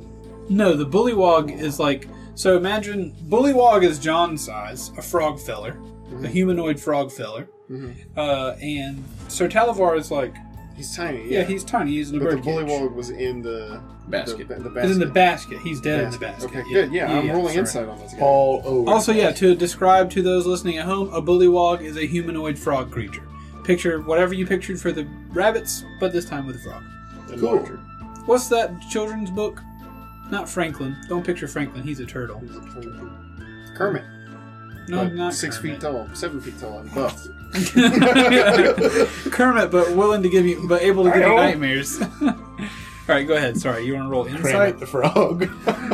Speaker 2: No, the bullywog is like so. Imagine bullywog is John size, a frog feller,
Speaker 3: Mm-hmm.
Speaker 2: a humanoid frog feller, uh, and Sir Talivar is like
Speaker 3: He's tiny.
Speaker 2: yeah, he's tiny. He's in a
Speaker 3: but the
Speaker 2: bird cage.
Speaker 3: bullywog was in the
Speaker 8: Basket.
Speaker 3: The, the
Speaker 2: He's
Speaker 3: basket.
Speaker 2: in the basket. He's dead in the basket.
Speaker 3: Okay, good. Yeah, I'm rolling
Speaker 2: sorry.
Speaker 3: insight on this guy.
Speaker 1: All over.
Speaker 2: Also, yeah, to describe to those listening at home, a bullywog is a humanoid frog creature. Picture whatever you pictured for the rabbits, but this time with a frog.
Speaker 3: And
Speaker 1: Cool.
Speaker 3: larger.
Speaker 2: What's that children's book? Not Franklin. Don't picture Franklin. He's a turtle.
Speaker 3: Kermit.
Speaker 2: No,
Speaker 3: but
Speaker 2: not
Speaker 3: six
Speaker 2: Kermit.
Speaker 3: feet tall, seven feet tall, and buff.
Speaker 2: Kermit, but willing to give you, but able to give you
Speaker 3: Ayo.
Speaker 2: nightmares. All right, go ahead. Sorry, you want to roll
Speaker 1: Cram
Speaker 2: insight?
Speaker 1: it, the frog.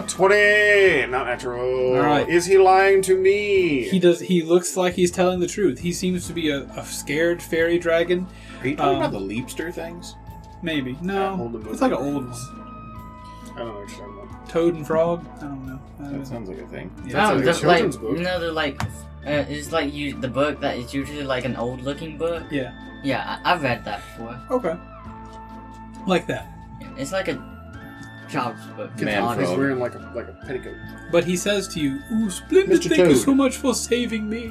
Speaker 3: Twenty, not natural.
Speaker 2: All right.
Speaker 3: Is he lying to me?
Speaker 2: He does. He looks like he's telling the truth. He seems to be a, a scared fairy dragon.
Speaker 8: Are you talking
Speaker 2: Um,
Speaker 8: about the leapster things?
Speaker 2: Maybe
Speaker 3: Uh, hold
Speaker 2: no,
Speaker 3: him
Speaker 2: it's
Speaker 3: up.
Speaker 2: like an old one.
Speaker 3: I don't know what you're talking about.
Speaker 2: Toad and frog. I don't know. I don't know.
Speaker 8: That sounds like a thing.
Speaker 2: Yeah.
Speaker 3: That's
Speaker 5: No,
Speaker 3: like a
Speaker 5: the, like,
Speaker 3: children's book.
Speaker 5: no, they're like, uh, it's like you the book that is usually like an old looking book.
Speaker 2: yeah.
Speaker 5: Yeah, I, I've read that before.
Speaker 2: Okay. Like that.
Speaker 5: Yeah, it's like a child's book. It's
Speaker 8: Man
Speaker 5: honest.
Speaker 3: He's
Speaker 8: frog.
Speaker 3: wearing like a like a petticoat.
Speaker 2: But he says to you, "Ooh, splendid!
Speaker 1: Mr.
Speaker 2: Thank you
Speaker 1: Toad."
Speaker 2: so much for saving me."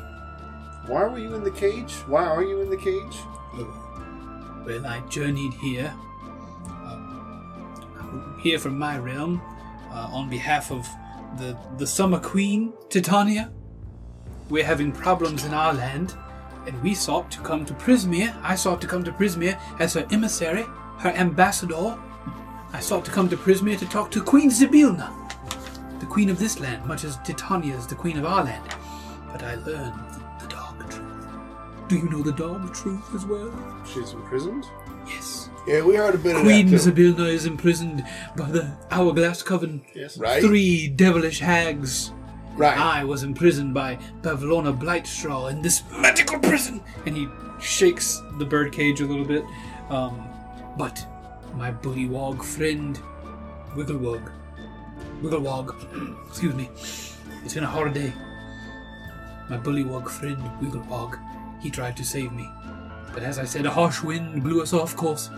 Speaker 3: Why were you in the cage? Why are you in the cage?
Speaker 10: Well, I journeyed here,
Speaker 2: uh,
Speaker 10: um, here from my realm, uh, on behalf of the the Summer Queen, Titania. We're having problems in our land, and we sought to come to Prismia. I sought to come to Prismia as her emissary
Speaker 2: her ambassador, I sought to come to Prismia to talk to Queen Sibilna, the queen of this land, much as Titania is the queen of our land. But I learned the, the dark truth. Do you know the dark truth as well?
Speaker 3: She's imprisoned?
Speaker 2: Yes.
Speaker 10: Yeah, we heard a bit
Speaker 2: Queen
Speaker 10: of that. Too.
Speaker 2: Sibilna is imprisoned by the Hourglass Coven.
Speaker 3: Yes.
Speaker 10: Right?
Speaker 2: Three devilish hags.
Speaker 10: Right.
Speaker 2: I was imprisoned by Pavlona Blightstraw in this magical prison. And he shakes the birdcage a little bit. Um, but my bullywog friend, Wigglewog, Wigglewog, excuse me, it's been a hard day. My bullywog friend, Wigglewog, he tried to save me. But as I said, a harsh wind blew us off course.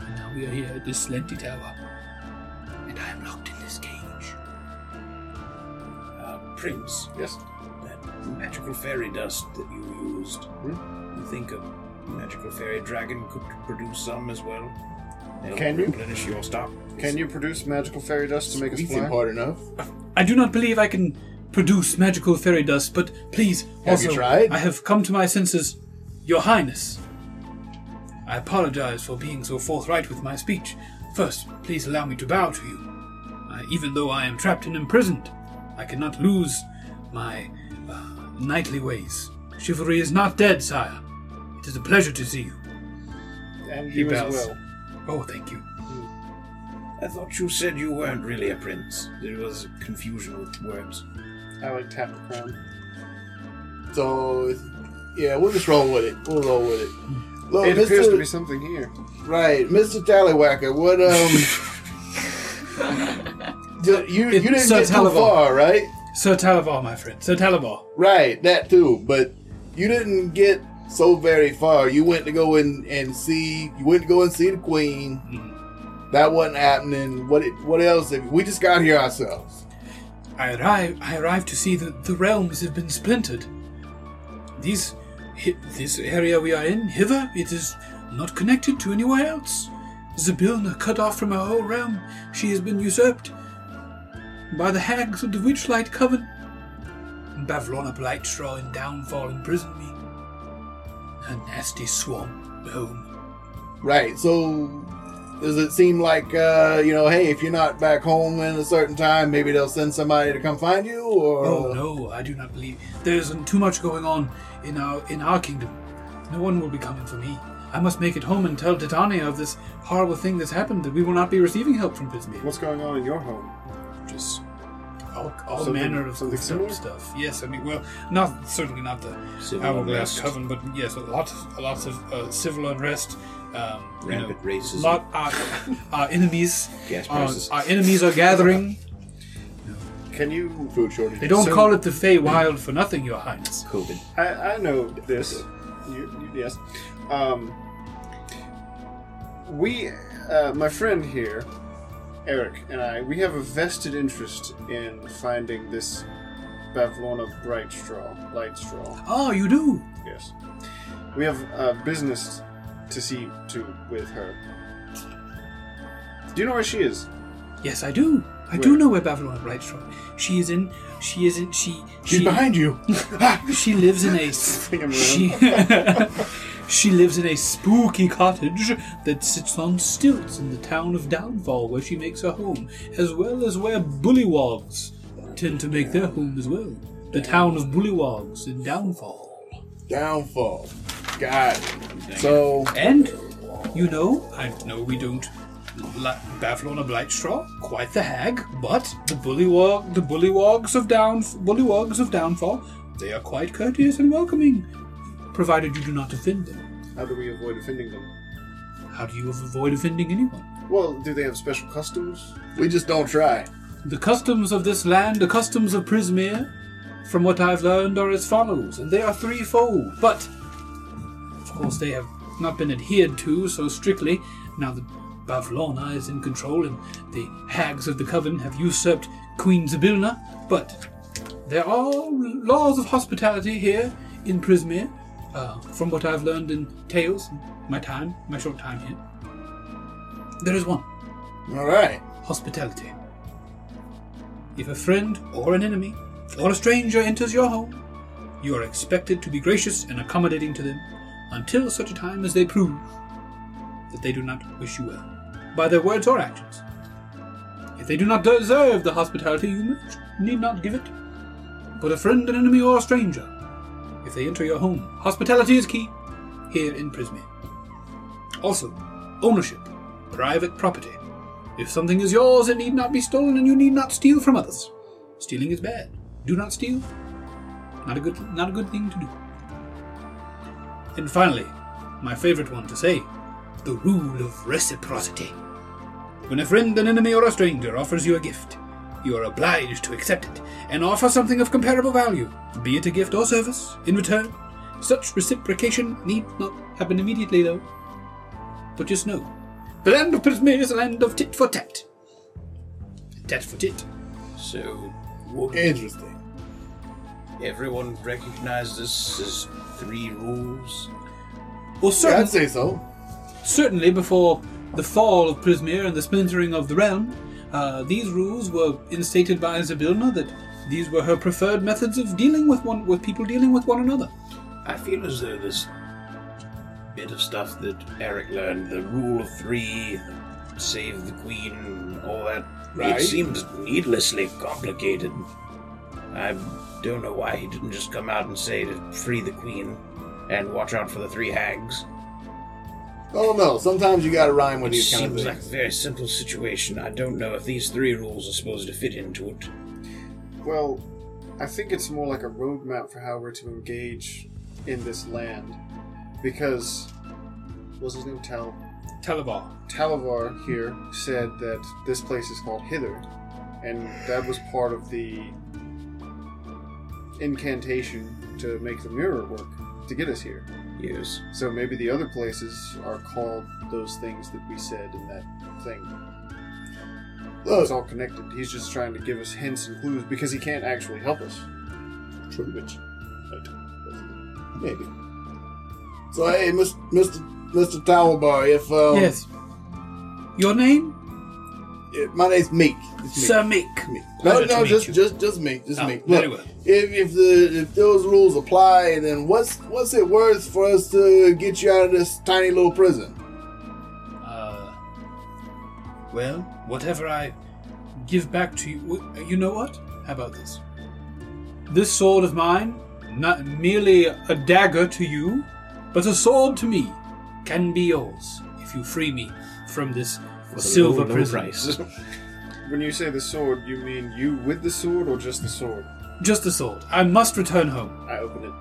Speaker 2: And now we are here at this slenty tower. And I am locked in this cage.
Speaker 6: Uh, Prince,
Speaker 3: Yes.
Speaker 6: that magical fairy dust that you used.
Speaker 3: Hmm?
Speaker 6: You think a magical fairy dragon could produce some as well? They'll
Speaker 3: Can you?
Speaker 6: replenish your stock.
Speaker 3: Can you produce magical fairy dust to make us
Speaker 10: We seem
Speaker 3: fly?
Speaker 10: hard enough.
Speaker 2: I do not believe I can produce magical fairy dust, but please,
Speaker 10: Have you
Speaker 2: also,
Speaker 10: tried?
Speaker 2: I have come to my senses, Your Highness. I apologize for being so forthright with my speech. First, please allow me to bow to you. I, even though I am trapped and imprisoned, I cannot lose my uh, knightly ways. Chivalry is not dead, sire. It is a pleasure to see you.
Speaker 3: And
Speaker 2: He
Speaker 3: you as
Speaker 2: bows.
Speaker 3: well.
Speaker 2: Oh, thank you.
Speaker 6: I thought you said you weren't really a prince. There was confusion with words.
Speaker 3: I like tap the crown.
Speaker 10: So, yeah, we'll just roll with it. We'll roll with it. Look,
Speaker 3: it
Speaker 10: Mr.
Speaker 3: appears to be something here.
Speaker 10: right, Mr. Tallywhacker. What um, d- you you
Speaker 2: It's
Speaker 10: didn't
Speaker 2: Sir
Speaker 10: get too
Speaker 2: Taliban.
Speaker 10: far, right?
Speaker 2: Sir Talavar, my friend. Sir Talavar.
Speaker 10: Right, that too. But you didn't get so very far. You went to go and and see. You went to go and see the queen.
Speaker 3: Mm-hmm.
Speaker 10: That wasn't happening. What it, what else? Have, we just got here ourselves.
Speaker 2: I arrive. I arrive to see that the realms have been splintered. These, hi, this area we are in, hither, it is not connected to anywhere else. Zabilna, cut off from her whole realm, she has been usurped by the hags of the Witchlight Coven. Bavlona Blightstraw in downfall imprisoned me. Her nasty swarm home.
Speaker 10: Right. So does it seem like uh, you know, hey, if you're not back home in a certain time, maybe they'll send somebody to come find you or
Speaker 2: Oh no, I do not believe there isn't too much going on in our in our kingdom. No one will be coming for me. I must make it home and tell Titania of this horrible thing that's happened that we will not be receiving help from Bisbee.
Speaker 3: What's going on in your home? Just
Speaker 2: All, all
Speaker 3: Something-
Speaker 2: manner of
Speaker 3: something
Speaker 2: goofed
Speaker 3: similar?
Speaker 2: up stuff. Yes, I mean, well, not certainly not the
Speaker 6: Civil
Speaker 2: hourglass
Speaker 6: unrest.
Speaker 2: coven, but yes, a lot, of- a lot of uh, civil unrest. Um, you know,
Speaker 6: Rampant racism.
Speaker 2: Lot our, our enemies.
Speaker 6: Gas
Speaker 2: Our,
Speaker 6: prices.
Speaker 2: our enemies are gathering.
Speaker 3: can you?
Speaker 10: food shortage.
Speaker 2: They don't
Speaker 3: So-
Speaker 2: call it the Fey Wild for nothing, Your Highness.
Speaker 6: COVID.
Speaker 3: I, I know this. You, you yes. Um, we, uh, my friend here, Eric and I, we have a vested interest in finding this Bavlona Brightstraw, Lightstraw.
Speaker 2: Oh, you do.
Speaker 3: Yes. We have uh, business to see to with her. Do you know where she is?
Speaker 2: Yes, I do. I do
Speaker 3: Where?
Speaker 2: know where Babylon writes from. She is in. She is in. She.
Speaker 10: She's
Speaker 2: she,
Speaker 10: behind you.
Speaker 2: She lives in a.
Speaker 3: I'm
Speaker 2: she. she lives in a spooky cottage that sits on stilts in the town of Downfall, where she makes her home, as well as where bullywogs tend to make their home as well. The town of bullywogs in Downfall.
Speaker 10: Downfall. God. So
Speaker 2: And, you know, I know we don't la- baffle on a Blightstraw, quite the hag, but the bullywog, the bullywogs of down, bullywogs of downfall, they are quite courteous and welcoming, provided you do not offend them.
Speaker 3: How do we avoid offending them?
Speaker 2: How do you avoid offending anyone?
Speaker 3: Well, do they have special customs?
Speaker 10: we just don't try.
Speaker 2: The customs of this land, the customs of Prismere, from what I've learned, are as follows, and they are threefold. But, of course, they have not been adhered to so strictly now that Bavlona is in control and the hags of the coven have usurped Queen Zabilna. But there are laws of hospitality here in Prismere, uh, from what I've learned in tales, my time, my short time here. There is one
Speaker 10: All right.
Speaker 2: hospitality. If a friend or an enemy or a stranger enters your home, you are expected to be gracious and accommodating to them until such a time as they prove that they do not wish you well, by their words or actions. If they do not deserve the hospitality you need not give it, but a friend, an enemy, or a stranger, if they enter your home, hospitality is key here in Prismir. Also, ownership, private property. If something is yours, it need not be stolen, and you need not steal from others. Stealing is bad. Do not steal. Not a good, not a good thing to do. And finally, my favorite one to say, the rule of reciprocity. When a friend, an enemy, or a stranger offers you a gift, you are obliged to accept it and offer something of comparable value, be it a gift or service, in return. Such reciprocation need not happen immediately, though. But just know, the land of Prismir is a land of tit for tat. Tat for tit.
Speaker 6: So, would
Speaker 10: Interesting.
Speaker 6: everyone recognize this as three rules?
Speaker 2: Well,
Speaker 10: Yeah,
Speaker 2: certain,
Speaker 10: I'd say so.
Speaker 2: certainly before the fall of Prismir and the splintering of the realm, uh, these rules were instated by Zabilna that these were her preferred methods of dealing with one with people dealing with one another.
Speaker 6: I feel as though this bit of stuff that Eric learned, the rule of three, save the queen, all that,
Speaker 10: Right.
Speaker 6: it seems needlessly complicated. I don't know why he didn't just come out and say to free the queen and watch out for the three hags.
Speaker 10: Oh no, sometimes you gotta rhyme with
Speaker 6: It
Speaker 10: these kind of
Speaker 6: seems
Speaker 10: things.
Speaker 6: like a very simple situation. I don't know if these three rules are supposed to fit into it.
Speaker 3: Well, I think it's more like a roadmap for how we're to engage in this land. Because, was his name Tal?
Speaker 2: Talavar.
Speaker 3: Talavar here said that this place is called Hither, and that was part of the incantation to make the mirror work to get us here.
Speaker 6: Yes.
Speaker 3: So maybe the other places are called those things that we said in that thing. It's
Speaker 10: Look,
Speaker 3: all connected. He's just trying to give us hints and clues because he can't actually help us.
Speaker 10: true which, maybe. So hey, Mr. Mr. Mr. Towerbar, if um,
Speaker 2: yes. Your name?
Speaker 10: if- my name's Meek. It's Meek.
Speaker 2: Sir Mick.
Speaker 10: Meek. No,
Speaker 2: Pleasure to
Speaker 10: no,
Speaker 2: meet
Speaker 10: just,
Speaker 2: you.
Speaker 10: just, just Meek, just
Speaker 2: Oh,
Speaker 10: Meek.
Speaker 2: very
Speaker 10: Look,
Speaker 2: well.
Speaker 10: if, if the if those rules apply, then what's what's it worth for us to get you out of this tiny little prison?
Speaker 2: Uh, well, whatever I give back to you, w- you know what? How about this? This sword of mine, not merely a dagger to you, but a sword to me, can be yours if you free me from this silver prison.
Speaker 3: When you say the sword, you mean you with the sword or just the sword?
Speaker 2: Just the sword. I must return home.
Speaker 3: I open it.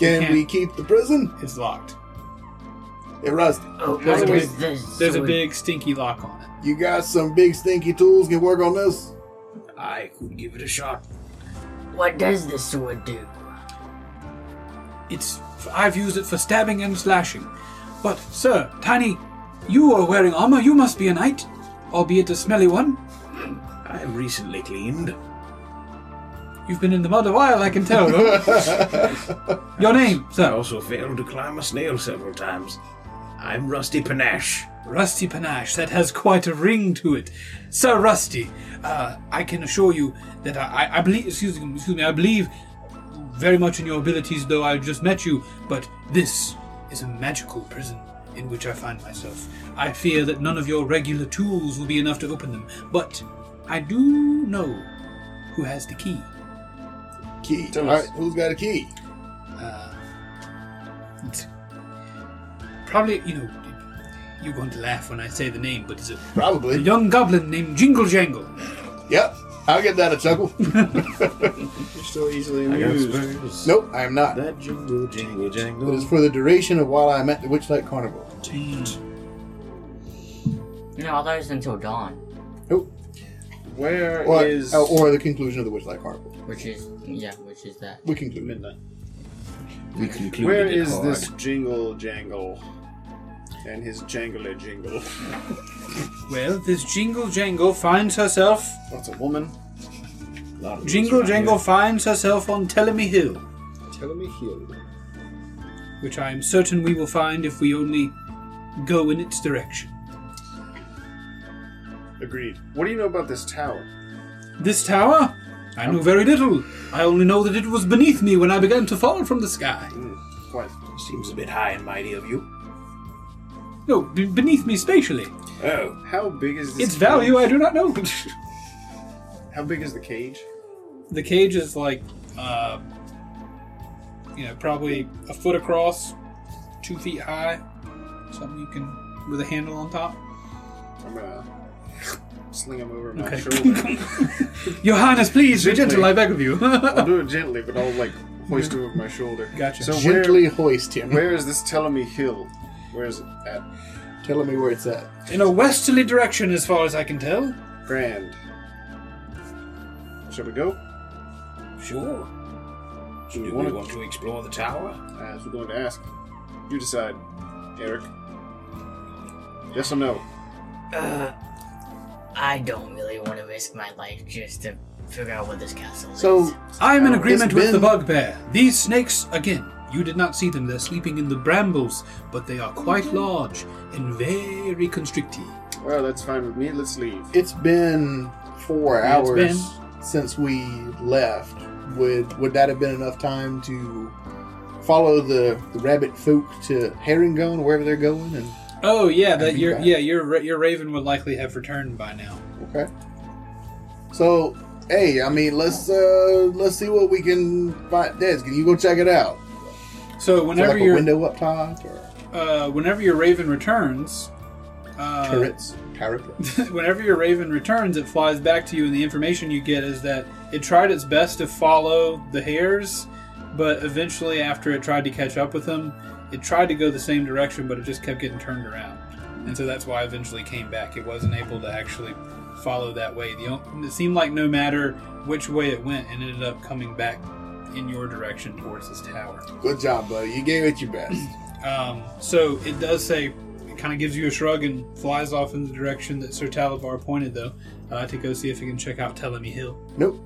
Speaker 10: Can
Speaker 2: can't.
Speaker 10: we keep the prison?
Speaker 2: It's locked.
Speaker 10: Hey, Rusty,
Speaker 5: Oh,
Speaker 2: There's
Speaker 5: what
Speaker 2: a
Speaker 5: was
Speaker 2: big-
Speaker 5: this?
Speaker 2: There's a
Speaker 5: sword?
Speaker 2: big stinky lock on it.
Speaker 10: you got some big stinky tools can work on this.
Speaker 6: I could give it a shot.
Speaker 5: What does this sword do?
Speaker 2: It's I've used it for stabbing and slashing. But sir, Tiny, you are wearing armor. You must be a knight, albeit a smelly one.
Speaker 6: I am recently cleaned.
Speaker 2: You've been in the mud a while, I can tell. Your name,
Speaker 6: I
Speaker 2: sir?
Speaker 6: also failed to climb a snail several times. I'm Rusty Panache.
Speaker 2: Rusty Panache. That has quite a ring to it, Sir Rusty. Uh, I can assure you that I, I, I believe. Excuse me, excuse me. I believe very much in your abilities, though I just met you. But this is a magical prison in which I find myself. I fear that none of your regular tools will be enough to open them. But I do know who has the key.
Speaker 10: Key. All
Speaker 3: Tell
Speaker 10: right,
Speaker 3: us.
Speaker 10: who's got a key?
Speaker 2: Uh, it's probably, you know, you're going to laugh when I say the name, but it's a, a
Speaker 10: Probably.
Speaker 2: young goblin named Jingle Jangle.
Speaker 10: Yep. I'll give that a chuckle.
Speaker 3: You're so easily amused.
Speaker 10: nope, I am not.
Speaker 3: That jingle jingle
Speaker 10: It is
Speaker 3: jangle.
Speaker 10: for the duration of while I'm at the Witchlight Carnival.
Speaker 5: You know, I thought it was until dawn,
Speaker 10: Nope.
Speaker 3: Where is
Speaker 10: Or, uh, or the conclusion of the Witchlight Carnival.
Speaker 5: which is yeah, which is that.
Speaker 10: We conclude.
Speaker 3: midnight?
Speaker 6: We concluded
Speaker 3: Where is this jingle jangle? And his jangly jingle.
Speaker 2: Well, this Jingle Jangle finds herself.
Speaker 3: That's a woman.
Speaker 2: Jingle Jangle finds herself on Tellamy Hill,
Speaker 3: Telling me heal.
Speaker 2: which I am certain we will find if we only go in its direction.
Speaker 3: Agreed. What do you know about this tower?
Speaker 2: This tower? I know very little. I only know that it was beneath me when I began to fall from the sky.
Speaker 3: Quite.
Speaker 6: Seems a bit high and mighty of you.
Speaker 10: No, b- beneath me spatially.
Speaker 6: Oh,
Speaker 3: How big is this?
Speaker 2: Its value, I do not know.
Speaker 3: How big is the cage?
Speaker 2: the cage is like, uh, you know, probably a foot across, two feet high, something you can with a handle on top.
Speaker 3: I'm gonna sling him over my
Speaker 2: Okay.
Speaker 3: shoulder.
Speaker 10: Your Highness, please, be
Speaker 3: Gently.
Speaker 10: gentle, I beg of you.
Speaker 3: I'll do it gently, but I'll like hoist him over my shoulder.
Speaker 2: Gotcha.
Speaker 3: So
Speaker 1: Gently hoist him.
Speaker 3: where where is this Telemy Hill? Where is it at?
Speaker 1: Telling me where it's at.
Speaker 2: In a westerly direction, as far as I can tell.
Speaker 3: Grand. Shall we go?
Speaker 6: sure.
Speaker 3: Do
Speaker 6: Do
Speaker 3: we
Speaker 6: we
Speaker 3: want
Speaker 6: want to explore the tower?
Speaker 3: to? As we're going to ask. You decide, Eric. Yes or no?
Speaker 11: Uh, I don't really want to risk my life just to figure out what this castle is.
Speaker 1: So
Speaker 10: I'm in
Speaker 1: Oh,
Speaker 10: agreement
Speaker 1: it's
Speaker 10: with the
Speaker 1: been-
Speaker 10: bugbear. These snakes, again, you did not see them. They're sleeping in the brambles, but they are quite large and very constricty.
Speaker 3: Well, that's fine with me. Let's leave.
Speaker 1: it's been four
Speaker 10: Yeah, it's
Speaker 1: hours since we left. Would would that have been enough time to follow the, the rabbit folk to Herringone, wherever they're going? And
Speaker 2: Oh yeah, that
Speaker 1: be
Speaker 2: your
Speaker 1: back.
Speaker 2: yeah your ra- your raven would likely have returned by now.
Speaker 1: okay. So hey, I mean, let's uh let's see what we can find. Des, can you go check it out?
Speaker 2: So
Speaker 1: Is there
Speaker 2: whenever
Speaker 1: like a
Speaker 2: your
Speaker 1: window up top or
Speaker 2: uh, whenever your raven returns, uh,
Speaker 1: turrets? Turret.
Speaker 2: whenever your raven returns, it flies back to you, and the information you get is that it tried its best to follow the hares, but eventually, after it tried to catch up with them, it tried to go the same direction, but it just kept getting turned around, and so that's why it eventually came back. It wasn't able to actually follow that way. The on- it seemed like no matter which way it went, it ended up coming back in your direction towards this tower.
Speaker 1: Good job, buddy. You gave it your best.
Speaker 2: Um, so it does say, it kind of gives you a shrug and flies off in the direction that Sir Talibar pointed, though, uh, to go see if he can check out Telemy Hill.
Speaker 1: Nope.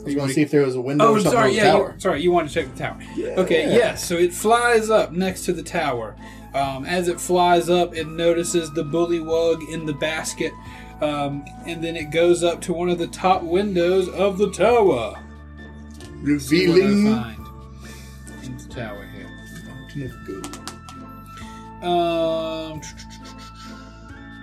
Speaker 1: I was going to see if there was a window
Speaker 2: Oh,
Speaker 1: or something
Speaker 2: sorry,
Speaker 1: on the
Speaker 2: yeah,
Speaker 1: tower.
Speaker 2: you, sorry, you wanted to check the tower. Okay, yeah, so it flies up next to the tower. Um, as it flies up, it notices the bullywug in the basket, um, and then it goes up to one of the top windows of the tower. See what I
Speaker 1: Revealing.
Speaker 2: find in the tower here.
Speaker 1: Good.
Speaker 2: Um,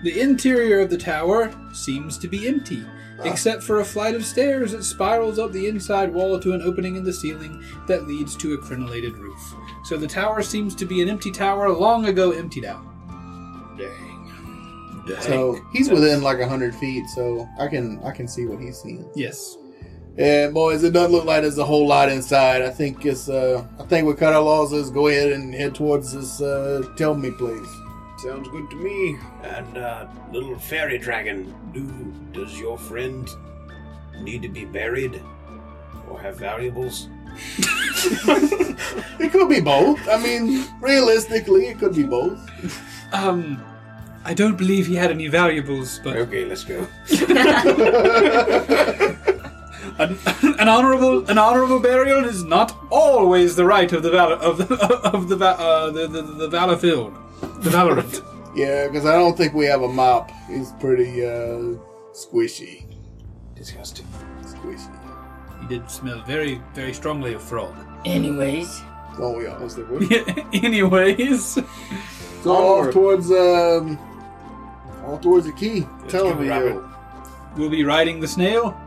Speaker 2: the interior of the tower seems to be empty, except for a flight of stairs that spirals up the inside wall to an opening in the ceiling that leads to a crenellated roof. So the tower seems to be an empty tower, long ago emptied out.
Speaker 1: So he's within like hundred feet, so I can I can see what he's seeing.
Speaker 2: Yes.
Speaker 1: And boys, it doesn't look like there's a whole lot inside. I think it's uh I think we cut our losses, go ahead and head towards this uh tell me place.
Speaker 3: Sounds good to me.
Speaker 6: And uh, little fairy dragon, do does your friend need to be buried or have valuables?
Speaker 1: It could be both. I mean, realistically it could be both.
Speaker 10: Um, I don't believe he had any valuables, but
Speaker 6: Okay, let's go.
Speaker 10: an, an honorable
Speaker 2: An honorable burial is not always the right of the valor of the of the va- uh, the, the, the valor field. The valorant.
Speaker 1: Yeah, because I don't think we have a mop. It's pretty uh squishy.
Speaker 6: Disgusting.
Speaker 1: Squishy.
Speaker 2: he did smell very, very strongly of frog.
Speaker 11: Anyways,
Speaker 1: Don't we all?
Speaker 3: Was there wood?
Speaker 2: Anyways.
Speaker 1: So off towards um off towards the key. Tell
Speaker 6: give
Speaker 1: me
Speaker 6: Robert-
Speaker 1: yo.
Speaker 2: We'll be riding the snail.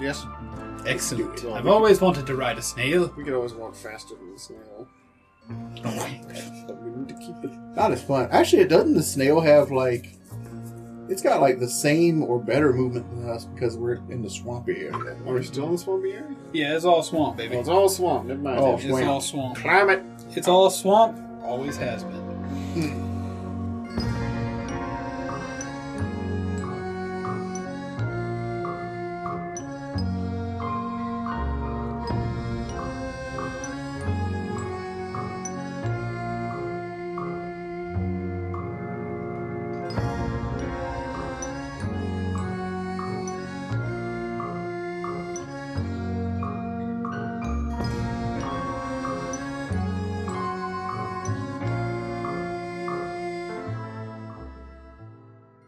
Speaker 3: Yes.
Speaker 2: Excellent.
Speaker 3: Do it.
Speaker 2: I've always wanted to ride a snail.
Speaker 3: We could always walk faster than the snail. But we need to keep it.
Speaker 1: Not as fun. Actually, it doesn't the snail have like. It's got like the same or better movement than us because we're in the swampy area.
Speaker 3: Are we still in the swampy area?
Speaker 2: Yeah, it's all swamp, baby.
Speaker 3: Well, it's all swamp. Never mind.
Speaker 1: Oh,
Speaker 2: it's
Speaker 1: swamp.
Speaker 2: all swamp.
Speaker 3: Climb it.
Speaker 2: It's all swamp. Always has been.